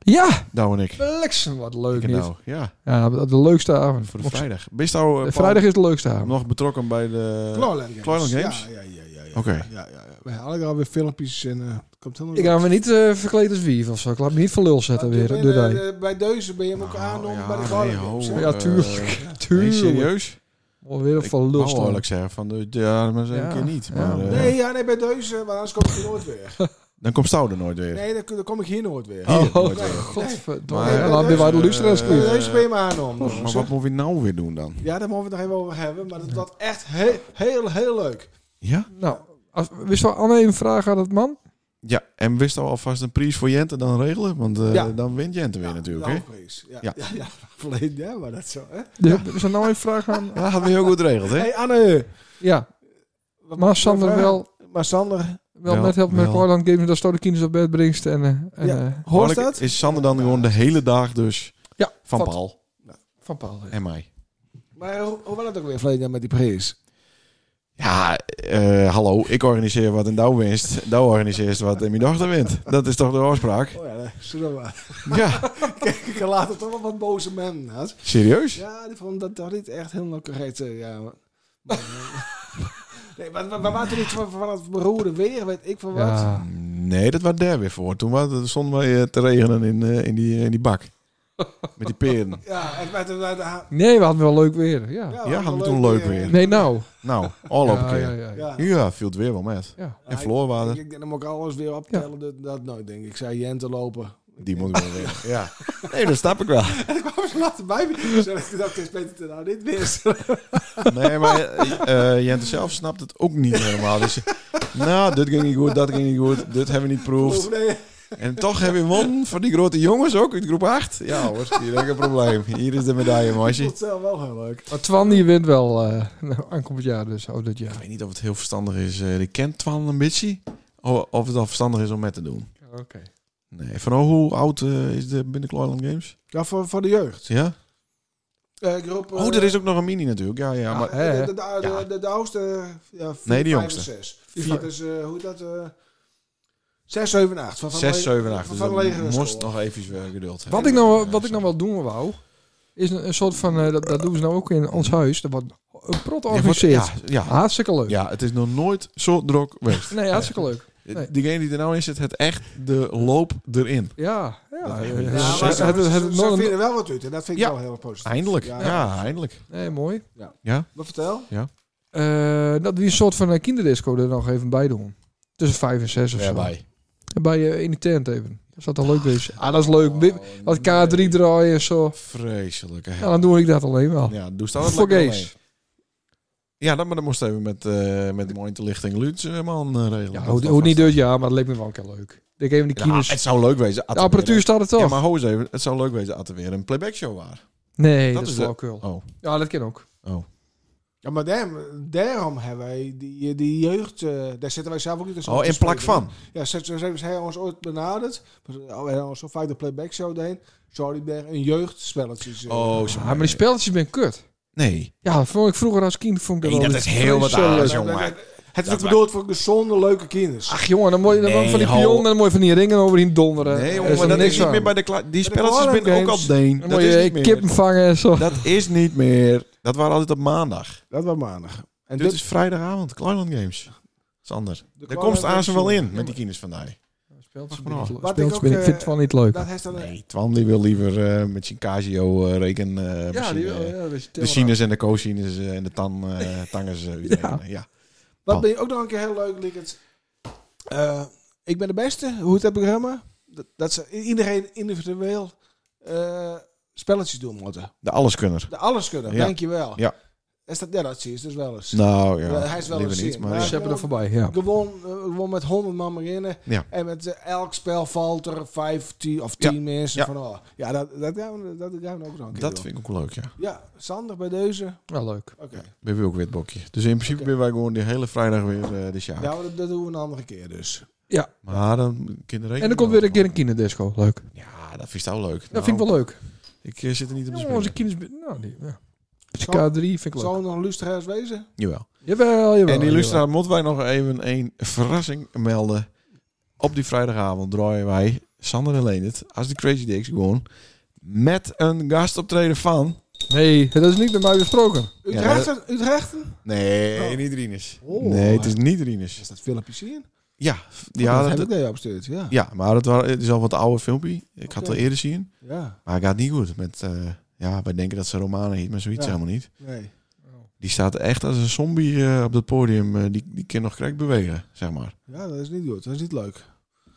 Ja! Nou en ik. Bliksem, wat leuk Ik en niet. nou, ja, Ja, de leukste avond. voor de Nog- vrijdag. Bist nou eh, eh, Paul, vrijdag is de leukste avond. nog betrokken bij de... Clawland Clawland Games? Ja, ja, ja. ja, ja. Oké. Ja, ja, ja. We halen alweer filmpjes en eh, het komt helemaal Ik goed. ga me niet eh, verkleed als wief of zo. Ik laat me niet van lul zetten Je weer. bent, Doe eh, jij. eh, bij Deuzen ben je hem ook Nou, aangenomen ja, bij de nee, Clawland ho, Games. hè? eh, Ja, tuurlijk. nee, Tuurlijk. serieus? Alweer Ik van lul wou staan. eerlijk zeggen van, de, ja, maar een Ja, keer niet. ja. Maar, eh, Nee, ja, nee, bij Deuzen, maar anders kom ik hier nooit weer. Dan komt Stouw er nooit weer. Nee, dan, dan kom ik hier nooit weer. Hier, Oh, nooit weer. godverdomme. Maar- En dan weer waar de luisteraars Eh, Bij kwijt. Deuzen ben je hem aangenomen. maar wat moeten we nou weer doen dan? Ja, daar mogen we het nog even over hebben, maar dat was echt heel, heel, heel leuk. Ja? Nou, als, wist wel Anne een vraag aan het man? Ja, en wist al alvast een prijs voor Jente dan regelen? Want eh, Ja. dan wint Jente weer natuurlijk, de nou. hè? hoofdprijs. Ja, Ja. ja. ja, ja, verleden, ja, maar dat zo. Hè? Is er nou een vraag aan? Dat hadden we heel goed geregeld, hè? hey, Anne. Ja, wat maar moet je Sander vragen? wel, Maar Sander, wel Ja, net helpt met wel. Orland Games dat Stode Kines op bed brengt. En, eh, en, Ja. eh, hoort Maar dan dat? Is Sander dan gewoon de hele dag dus Ja, van wat- Paul Van Paul. ja. en mij? Maar hoe, hoe was dat ook weer verleden jaar met die prijs? Ja, eh, hallo, ik organiseer wat en Douw winst. Douw organiseert wat en mijn dochter wint. Dat is toch de afspraak? Oh ja, dat is wel waar. Ja, Kijk, ik later toch wel wat boze men. Had. serieus? Ja, die vond dat toch niet echt helemaal correct. eh, Ja. maar- nee, maar, maar, maar waren toen iets van, van het beroerde weer, weet ik van wat. Ja. Nee, dat was daar weer voor. Toen was- stonden wij eh, te regenen in, eh, in, die, in die bak. Met die peren. Ja, en met, met, ja, Nee, we hadden wel leuk weer. Ja. we hadden we toen leuk weer. Nee, nou. Nou, al op een ja, ja, keer. ja, ja. eh, Ja. Ja, viel het weer wel met. Ja. En Floor Ik, waren ik, denk, dan moet ik alles weer optellen. Dat, dat nooit, denk ik. Ik zei Jente lopen. Die moet ik wel weer. Ja. Nee, dat snap ik wel. En ik kwam ze later bij me. Zodat ik dacht, het is beter te nou dit wist. Nee, maar eh, eh, Jente zelf snapt het ook niet helemaal. Dus, nou, dit ging niet goed, dat ging niet goed. Dit hebben we niet proefd. Nee. En toch hebben we won van die grote jongens ook uit groep 8. Ja hoor, hier heb ik een probleem. Hier is de medaille, Ik vond meisje. het zelf wel heel leuk. Maar Twan die wint wel eh, nou, aankomend jaar dus. Oh, dit Ik jaar. weet niet of het heel verstandig is. eh ik ken Twan een beetje. O- Of het al verstandig is om met te doen. Oké. Nee, van hoe oud eh, is de binnen Kloiland Games? Ja, voor, voor de jeugd. Ja? Eh, ik roep, eh, Oh, er is ook nog een mini natuurlijk. Ja, ja, maar... hè, hè. De, de, de, Ja. de, de, de oudste, ja, vier, Nee, die vijf jongste. en zes. Die Vier. gaat dus, eh, hoe dat... eh 6, 7 en 8. Van, van 6, le- 7 en 8. Van, Dus van dat legere moest school. nog even weer geduld hebben. Wat ik nou, Ja, wat ik nou wel doen wou, is een, een soort van, eh, dat, dat doen ze nou ook in ons huis, dat wordt een prot Ja, wat- georganiseerd. Ah. ja, ja, Hartstikke leuk. Ja, het is nog nooit zo druk geweest. Nee, hartstikke leuk. Nee. Diegene die er nou in zit, het echt de loop erin. Ja, Dat ja. eh, hebben we eh, dus. Ja, Ja, maar het- ze, hebben het- het- ze- het- ze nog een- vinden wel wat uit. En dat vind ik Ja. wel heel positief. Eindelijk. Ja. Ja, eindelijk. Nee, mooi. Ja. Maar vertel. Eh, dat we een soort van eh, kinderdisco er nog even bij doen. Tussen vijf en zes of zo. Bij eh, in de tent even. Dat zou dan leuk wezen. Ah, dat is leuk. Oh, Wip- Wat K3 draaien en zo. Vreselijk. hè. Ja, dan doe ik dat alleen wel. Ja, doe staan Voor gays. Ja, dat, maar dat moest even met, eh met mooie lichting Luts eh, man eh, regelen. Ja, Dat hoe, was hoe niet vast. dit jaar, maar dat leek me wel een keer leuk. Ik even die Ja, kines. het zou leuk wezen. de apparatuur staat er toch? Ja, maar ho eens even. Het zou leuk wezen als er weer een playback show waar. nee, dat dat, is is de- flauwkul. Oh, Ja, dat kan ook. oh. Ja, maar daarom, daarom hebben wij die, die jeugd... eh, daar zitten wij zelf ook niet tussen. Oh, in plak van. Ja, ze, ze, ze- ze hebben ons ooit benaderd. Maar ze- oh, Hij had ons zo vaak de playback show deed. Sorry, daar een jeugdspelletje. eh, Oh, Ja, ze Ah, maar die spelletjes ben kut. Nee. Ja, dat vond ik vroeger als kind vond ik Nee, wel dat iets is heel wat anders, vreselijks. maar- jongen. Ah. maar- Het is Dat ook bedoeld voor gezonde, leuke kinders. Ach jongen, dan moet je dan Nee, van die ho. pion en dan moet je van die ringen overheen donderen. Nee, eh, Er jongen, is maar er dat niks is niet aan. meer bij de kla- Die Harlem spelletjes ben ook Games. al deen. Dan Dat moet is je niet meer. kippen vangen en zo. Dat is niet meer. Dat waren altijd op maandag. Dat was maandag. En Dit, dit, is vrijdagavond, Kleinland Games. Sander, de daar kwam komt aan ze wel in met Ja, die kinders vandaag. Speeltjes ben ik- Wat ik ook, ben ik- vind het eh, wel niet leuk. maar Dat heeft dan Nee, Twan die wil liever eh, met zijn Casio eh, reken... eh, machine, eh, dus de sinus en de cosinus en de tan, eh, tangens eh, uitrekenen. ja. Wat ben je ook nog een keer heel leuk, Likert. Eh ik ben de beste. Hoe het dat programma? Dat, dat ze iedereen individueel eh, spelletjes doen moeten. De alleskunner. De alles kunnen, Ja. dankjewel. Ja. Is dat, ja, dat zie je dus wel eens. Nou ja, Ja, hij is wel liever een niet, zin, maar... maar- Zeppen er voorbij, ja. Gewoon, eh, gewoon met 100 man beginnen. Ja. En met eh, elk spel valt er 15 of Ja. 10 mensen Ja. van. Oh, ja, dat, dat, gaan we, dat gaan we ook nog een keer dat doen. vind ik ook leuk, ja. Ja, Sander bij deze. Wel leuk. Oké. We hebben ook wit bokje. Dus in principe Oké. ben wij gewoon die hele vrijdag weer eh de sjaak. Ja, maar dat, dat doen we een andere keer dus. Ja. Maar dan kinderen. En dan komt weer een keer een kinderdisco. Leuk. Ja, dat vind ik wel leuk. Nou, Dat vind ik wel leuk. Ik eh, zit er niet op te Ja, onze springen. kinders... Nou, die, ja. Zo- K3 vind ik leuk. Zou er nog lustraars wezen? Jawel. Jawel, jawel. En die jawel. luisteraar moeten wij nog even een verrassing melden. Op die vrijdagavond draaien wij Sander en Leendert als de Crazy Dicks gewoon met een gastoptreden van... Nee, dat is niet met mij besproken. Utrechten? Utrechten? Nee, Oh. niet Rinus. Oh. Nee, het is niet Rinus. Is dat filmpje zien? Ja, dat, ja, heb dat, ik daar jou opgestuurd, ja. ja maar het, wa- het is al wat oude filmpje. Ik had het Oké. al eerder zien. Ja, Maar het gaat niet goed. Met, eh, ja, wij denken dat ze Romanen heet, maar zoiets Ja. helemaal niet. nee. Die staat echt als een zombie eh, op het podium. eh, die, die kan nog krek bewegen, zeg maar. Ja, dat is niet goed. Dat is niet leuk.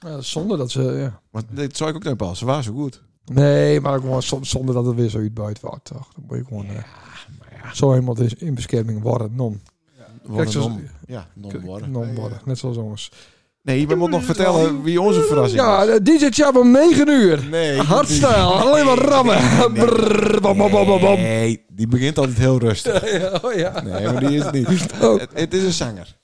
Ja, zonder dat ze... Ja. Maar dat zou ik ook niet passen. Ze waren zo goed. Nee, maar ook gewoon som- zonder dat het weer zoiets buiten wordt. Toch? Dan moet je gewoon... eh, Zo helemaal in- in bescherming worden. Non. Worden zoals- non- ja, non worden. Non worden. Net zoals jongens. Nee, we moeten nog vertellen wie onze verrassing Ja, was. de DJ Chap om 9 uur. Nee. Hardstyle. Alleen maar rammen. Nee. Brrr, bam, bam, bam, bam, bam. Nee, die begint altijd heel rustig. Ja, oh ja. Nee, maar die is het niet. Oh. Het, het is een zanger.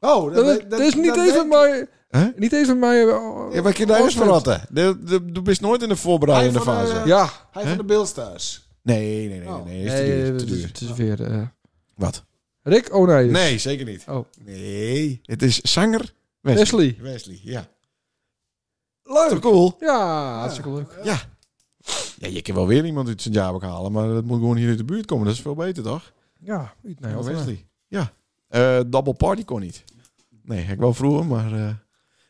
Oh, Dat, is- dat is niet eens van mij. Hè? Niet eens van mij. oh, Ja, maar kun je daar eens Alfred. verratten? De- de- Je bent nooit in de voorbereidende Hij van, eh, fase. Ja. Hij Hè? van de Beeldstars. Nee, nee, nee, nee. Oh. nee, is te duur, eh, te duur. Het is weer. eh, Wat? Rick Onijs. Nee, zeker niet. Oh. Nee, het is zanger Wesley. Wesley. Wesley, ja. Leuk. Cool. Ja, hartstikke leuk. Ja, je kan wel weer iemand uit zijn Jabak halen, maar dat moet gewoon hier uit de buurt komen. Dat is veel beter, toch? Ja, niet nee, Ja, wat dan ook. Wesley. Ja. Eh double Party kon niet. Nee, ik wel vroeger, maar... eh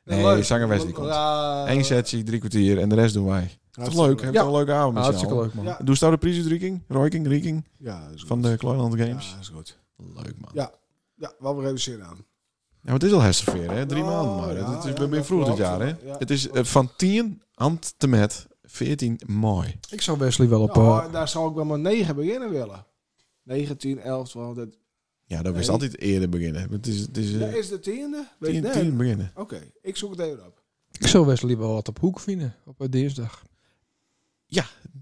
nee, zanger Wesley komt. Ja, Eén setje, drie kwartier en de rest doen wij. Toch Eh, hartstikke leuk, heb je Ja. een leuke avond met hartstikke z'n allen. leuk man. Ja. Doe stout de prijsuitreiking, Roiking, Rieking Ja, is van goed. de Kloiland Games. Ja, is goed. Leuk man. Ja. Ja. Ja, wat we even zin aan. maar het is al hersenveer, hè? Drie Ja, maanden maar. Oh, ja, het is ja, bij mij dat vroeg dit klopt. jaar, hè? Ja. Het is eh, van 10 ant te met 14 mei. Ik zou Wesley wel op. eh, Nou, daar zou ik wel maar 9 beginnen willen. 9, 10, 11, 12. Dat... Ja, dat wist Nee. altijd eerder beginnen. Het is, het is eh, Ja, is de tiende? Weet tien, ik niet. tien beginnen. Oké, ik zoek het even op. Ik zou Wesley wel wat op hoek vinden. Op eh, dinsdag.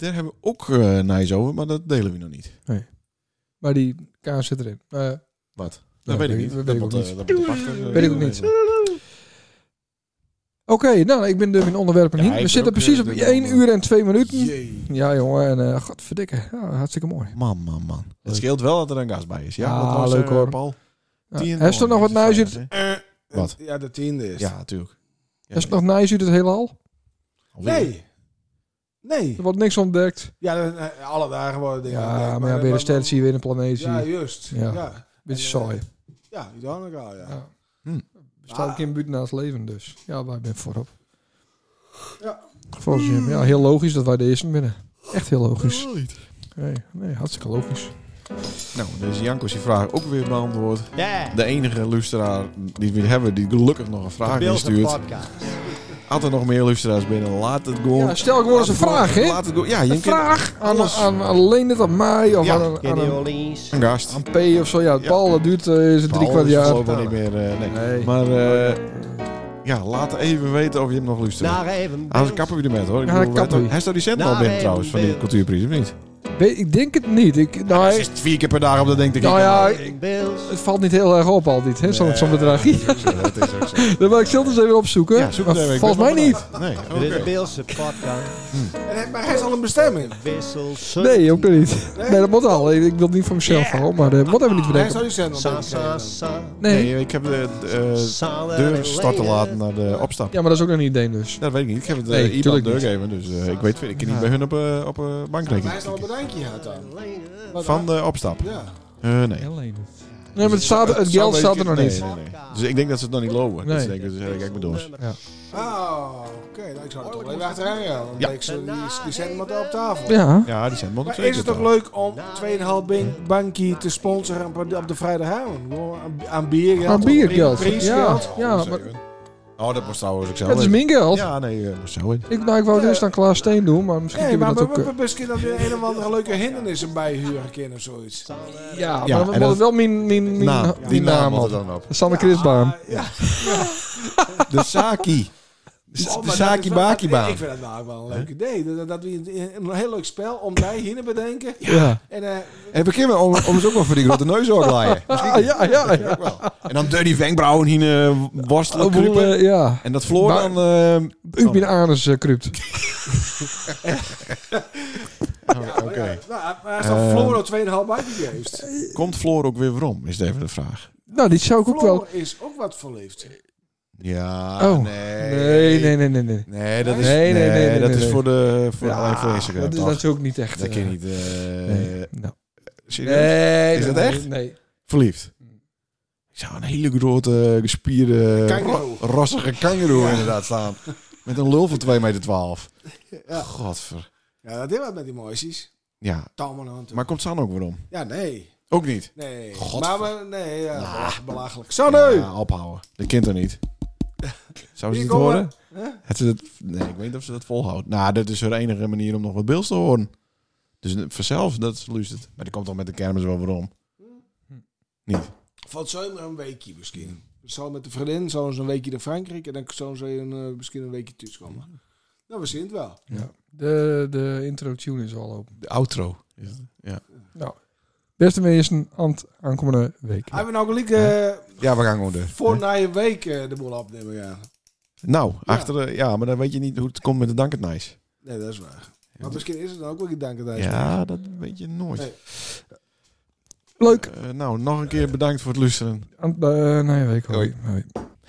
Daar hebben we ook eh nice over, maar dat delen we nog niet. Maar die kaas zit erin. Eh, Wat? Ja, Dat weet ik niet. dat Dat weet ik moet, ook eh, dat moet de pachter, eh, Weet ik ook niet. weten. Oké, nou, ik ben er in onderwerpen Ja, niet. ik We ben zitten ook, precies eh, op door 1 de- uur en 2 minuten. Jee. Ja, jongen. En eh godverdikke. Ja, hartstikke mooi. Man, man, man. Het scheelt wel dat er een gast bij is. Ja, Ah, dat was, eh, leuk, hoor. Paul. Ja. Tien Heeft er nog mooi, wat is het nice uit? fijn, Wat? Wat? Ja, de tiende hè? is. Ja, natuurlijk. Ja, Is het nog nice uit het hele al? alweer. Nee. Nee. Er wordt niks ontdekt. Ja, dan, eh, alle dagen worden dingen. ontdekt, Ja, maar dan- ja, weer een sterretje, weer een planeetje. Ja, juist. Ja. Ja. ja. Beetje En, eh, saai. Ja, die dan ook al, ja. Ja. Hm. Staat ook Ah. in buurt naast leven dus. Ja, wij zijn voorop. Ja. Volgens hem. Ja, heel logisch dat wij de eerste binnen. Echt heel logisch. Wel niet. Nee, nee hartstikke logisch. Nou, dus Janko is die vraag ook weer beantwoord. Ja. De enige luisteraar die we hebben die gelukkig nog een vraag Bills en instuurt. podcast. Had er nog meer luisteraars binnen, laat het gewoon. Ja, stel gewoon eens een Laat het gewoon- vraag, hè? Laat het gewoon. Ja, je Een kunt- vraag aan, alles. aan, alleen het aan mij of Ja. aan, een- aan Kenny een, Orleans. Een gast. aan P of zo. Ja, het Ja. bal dat duurt eh, is het drie kwart jaar. Ik niet meer. eh, nee. Nee. Maar eh, ja, laat even weten of je hem nog luistert. Ah, Naar even Anders Bills. kappen we ermee, hoor. Ik Ja, dan kappen we. hij staat die cent al Nou, binnen nee, trouwens van die nee. cultuurprijs, of niet? Weet- ik denk het niet. Ik, nou, Hij is het vier keer per dag op, dat denk ik. nou niet. ja, ik- Even Bills. het valt niet heel erg op altijd, hè, zo'n zo'n bedrag. Dat is ook zo. Dan wil ik zelf eens even opzoeken. Ja, zoek Maar het even. Ik volgens ben wel mij niet. benieuwd. Nee, oké. Dit is de Bilse podcast. En hij- maar hij is al een bestemming. Wissel. Nee, ook nog niet. Nee, dat moet al. Ik, ik wil het niet voor mezelf houden, maar dat moet even niet Hij bedenken. zou die zender Sa, sa, opgeven. sa. Nee. Nee, ik heb de eh, Sa- deur starten laten eh. naar de opstap. Ja, maar dat is ook nog niet één dus. Dat weet ik niet. Ik heb het Nee, eh, iemand tuurlijk deur niet. gegeven, dus eh, ik weet veel. Ik kan niet bij hun op, eh, op eh, Hij is al bankrekening. een bedankje gehad dan. Wat- Van de opstap. Ja. Eh, nee. Dus Alleen Nee, maar het, staat, het zou geld staat er weten- nog nee, niet. nee, nee. Dus ik denk dat ze het nog niet lopen. Dus Nee. ik denk dat ze zeggen, kijk maar door. Ah, oké. nou, ik zou het toch wel even achteraan gaan. Want Ja. ik zou die, die zender maar op tafel. Ja. Ja, die zijn Maar monnik. is het toch leuk om 2,5 bank- bankie te sponsoren op de- op de vrijdagavond? Gewoon Aan, aan biergeld. Aan biergeld. Aan Ja, prijsgeld. ja maar Oh, dat moest trouwens ik zelf het is weten. mijn geld. Ja, nee, eh, moest zo weten. Ik, nou, ik wou het eerst aan Klaas Steen doen, maar misschien Nee, maar kunnen we we- dat ook... eh, we- misschien dat we een of andere leuke hindernissen bijhuren kunnen of zoiets. eh, ja, maar Ja, dan en moet dat- wel mijn, mijn, mijn Naam, die naam op. dan op. Ah, Oh, Sanne Christbaan. Ja, De Saki. Oh, De maar dat is Saki wel- Bakibaan. Ik vind dat nou wel een leuk idee. Dat, dat we een, een heel leuk spel om daar hier bedenken. Ja. En eh, En we kunnen om, om eens ook wel voor die grote neus laaien. Ah, ja, ja, ja. Ook wel. En dan door die wenkbrauwen heen eh, worstelen, Ook wel, kruipen. eh, ja. En dat Floor Maar- dan... eh, U bin anus eh, kruipt. oh, Oké. nou, maar als dan Eh. Floro 2,5 bakje geeft. Komt Floor ook weer weer om? Is even de vraag. Nou, dit zou ik ook wel... Floro is ook wat verliefd. Ja, Oh. nee. Nee, nee, nee, nee. nee. Nee, dat is, Nee, nee, nee, nee, nee, dat nee, is nee. voor de voor Ja, alleen voor Instagram. Dat is toch? natuurlijk niet echt. Dat eh, kan je niet. eh, Nee. Nou. serieus? Nee, Is nee, dat nee, echt? Nee. Verliefd. Ik zou een hele grote, eh, gespierde, Kangaroo. ro- rossige kangaroo inderdaad staan. Met een lul van 2,12 meter. Godver. Ja, dat is wat met die mooisies. Ja, Tammen aan toe. maar komt San ook weer om? Ja, nee. Ook niet. Nee. Godver- Maar we, nee, ja, belach- belachelijk. Ja, Sanne! ophouden. Dat kind er niet. Zou ze Hier dit komen. horen? Het ze dat, nee, ik weet niet of ze dat volhoudt. Nou, dat is hun enige manier om nog wat beels te horen. Dus vanzelf, dat luist het. Maar die komt toch met de kermis wel weer om. Valt zo maar een weekje misschien. Zo met de vriendin, zo eens een weekje naar Frankrijk. En dan zo ze een, eh, misschien een weekje thuis komen. Nou, we zien het wel. De, de intro tune is al open. De outro. Is het? Beste mensen, aan het aankomende week. Ah. Hebben we nou gelijk eh, Ja, we gaan gewoon de. voor na je week eh, de boel opnemen, ja. Nou, achter de, ja, maar dan weet je niet hoe het komt met de dank het nice. Nee, dat is waar. Maar misschien is het dan ook wel gedanken dat je- Ja, dat weet je nooit. Nee. Leuk. Eh, nou, nog een keer bedankt voor het luisteren. Aan, eh, na je week. Hoi. Hoi. Hoi.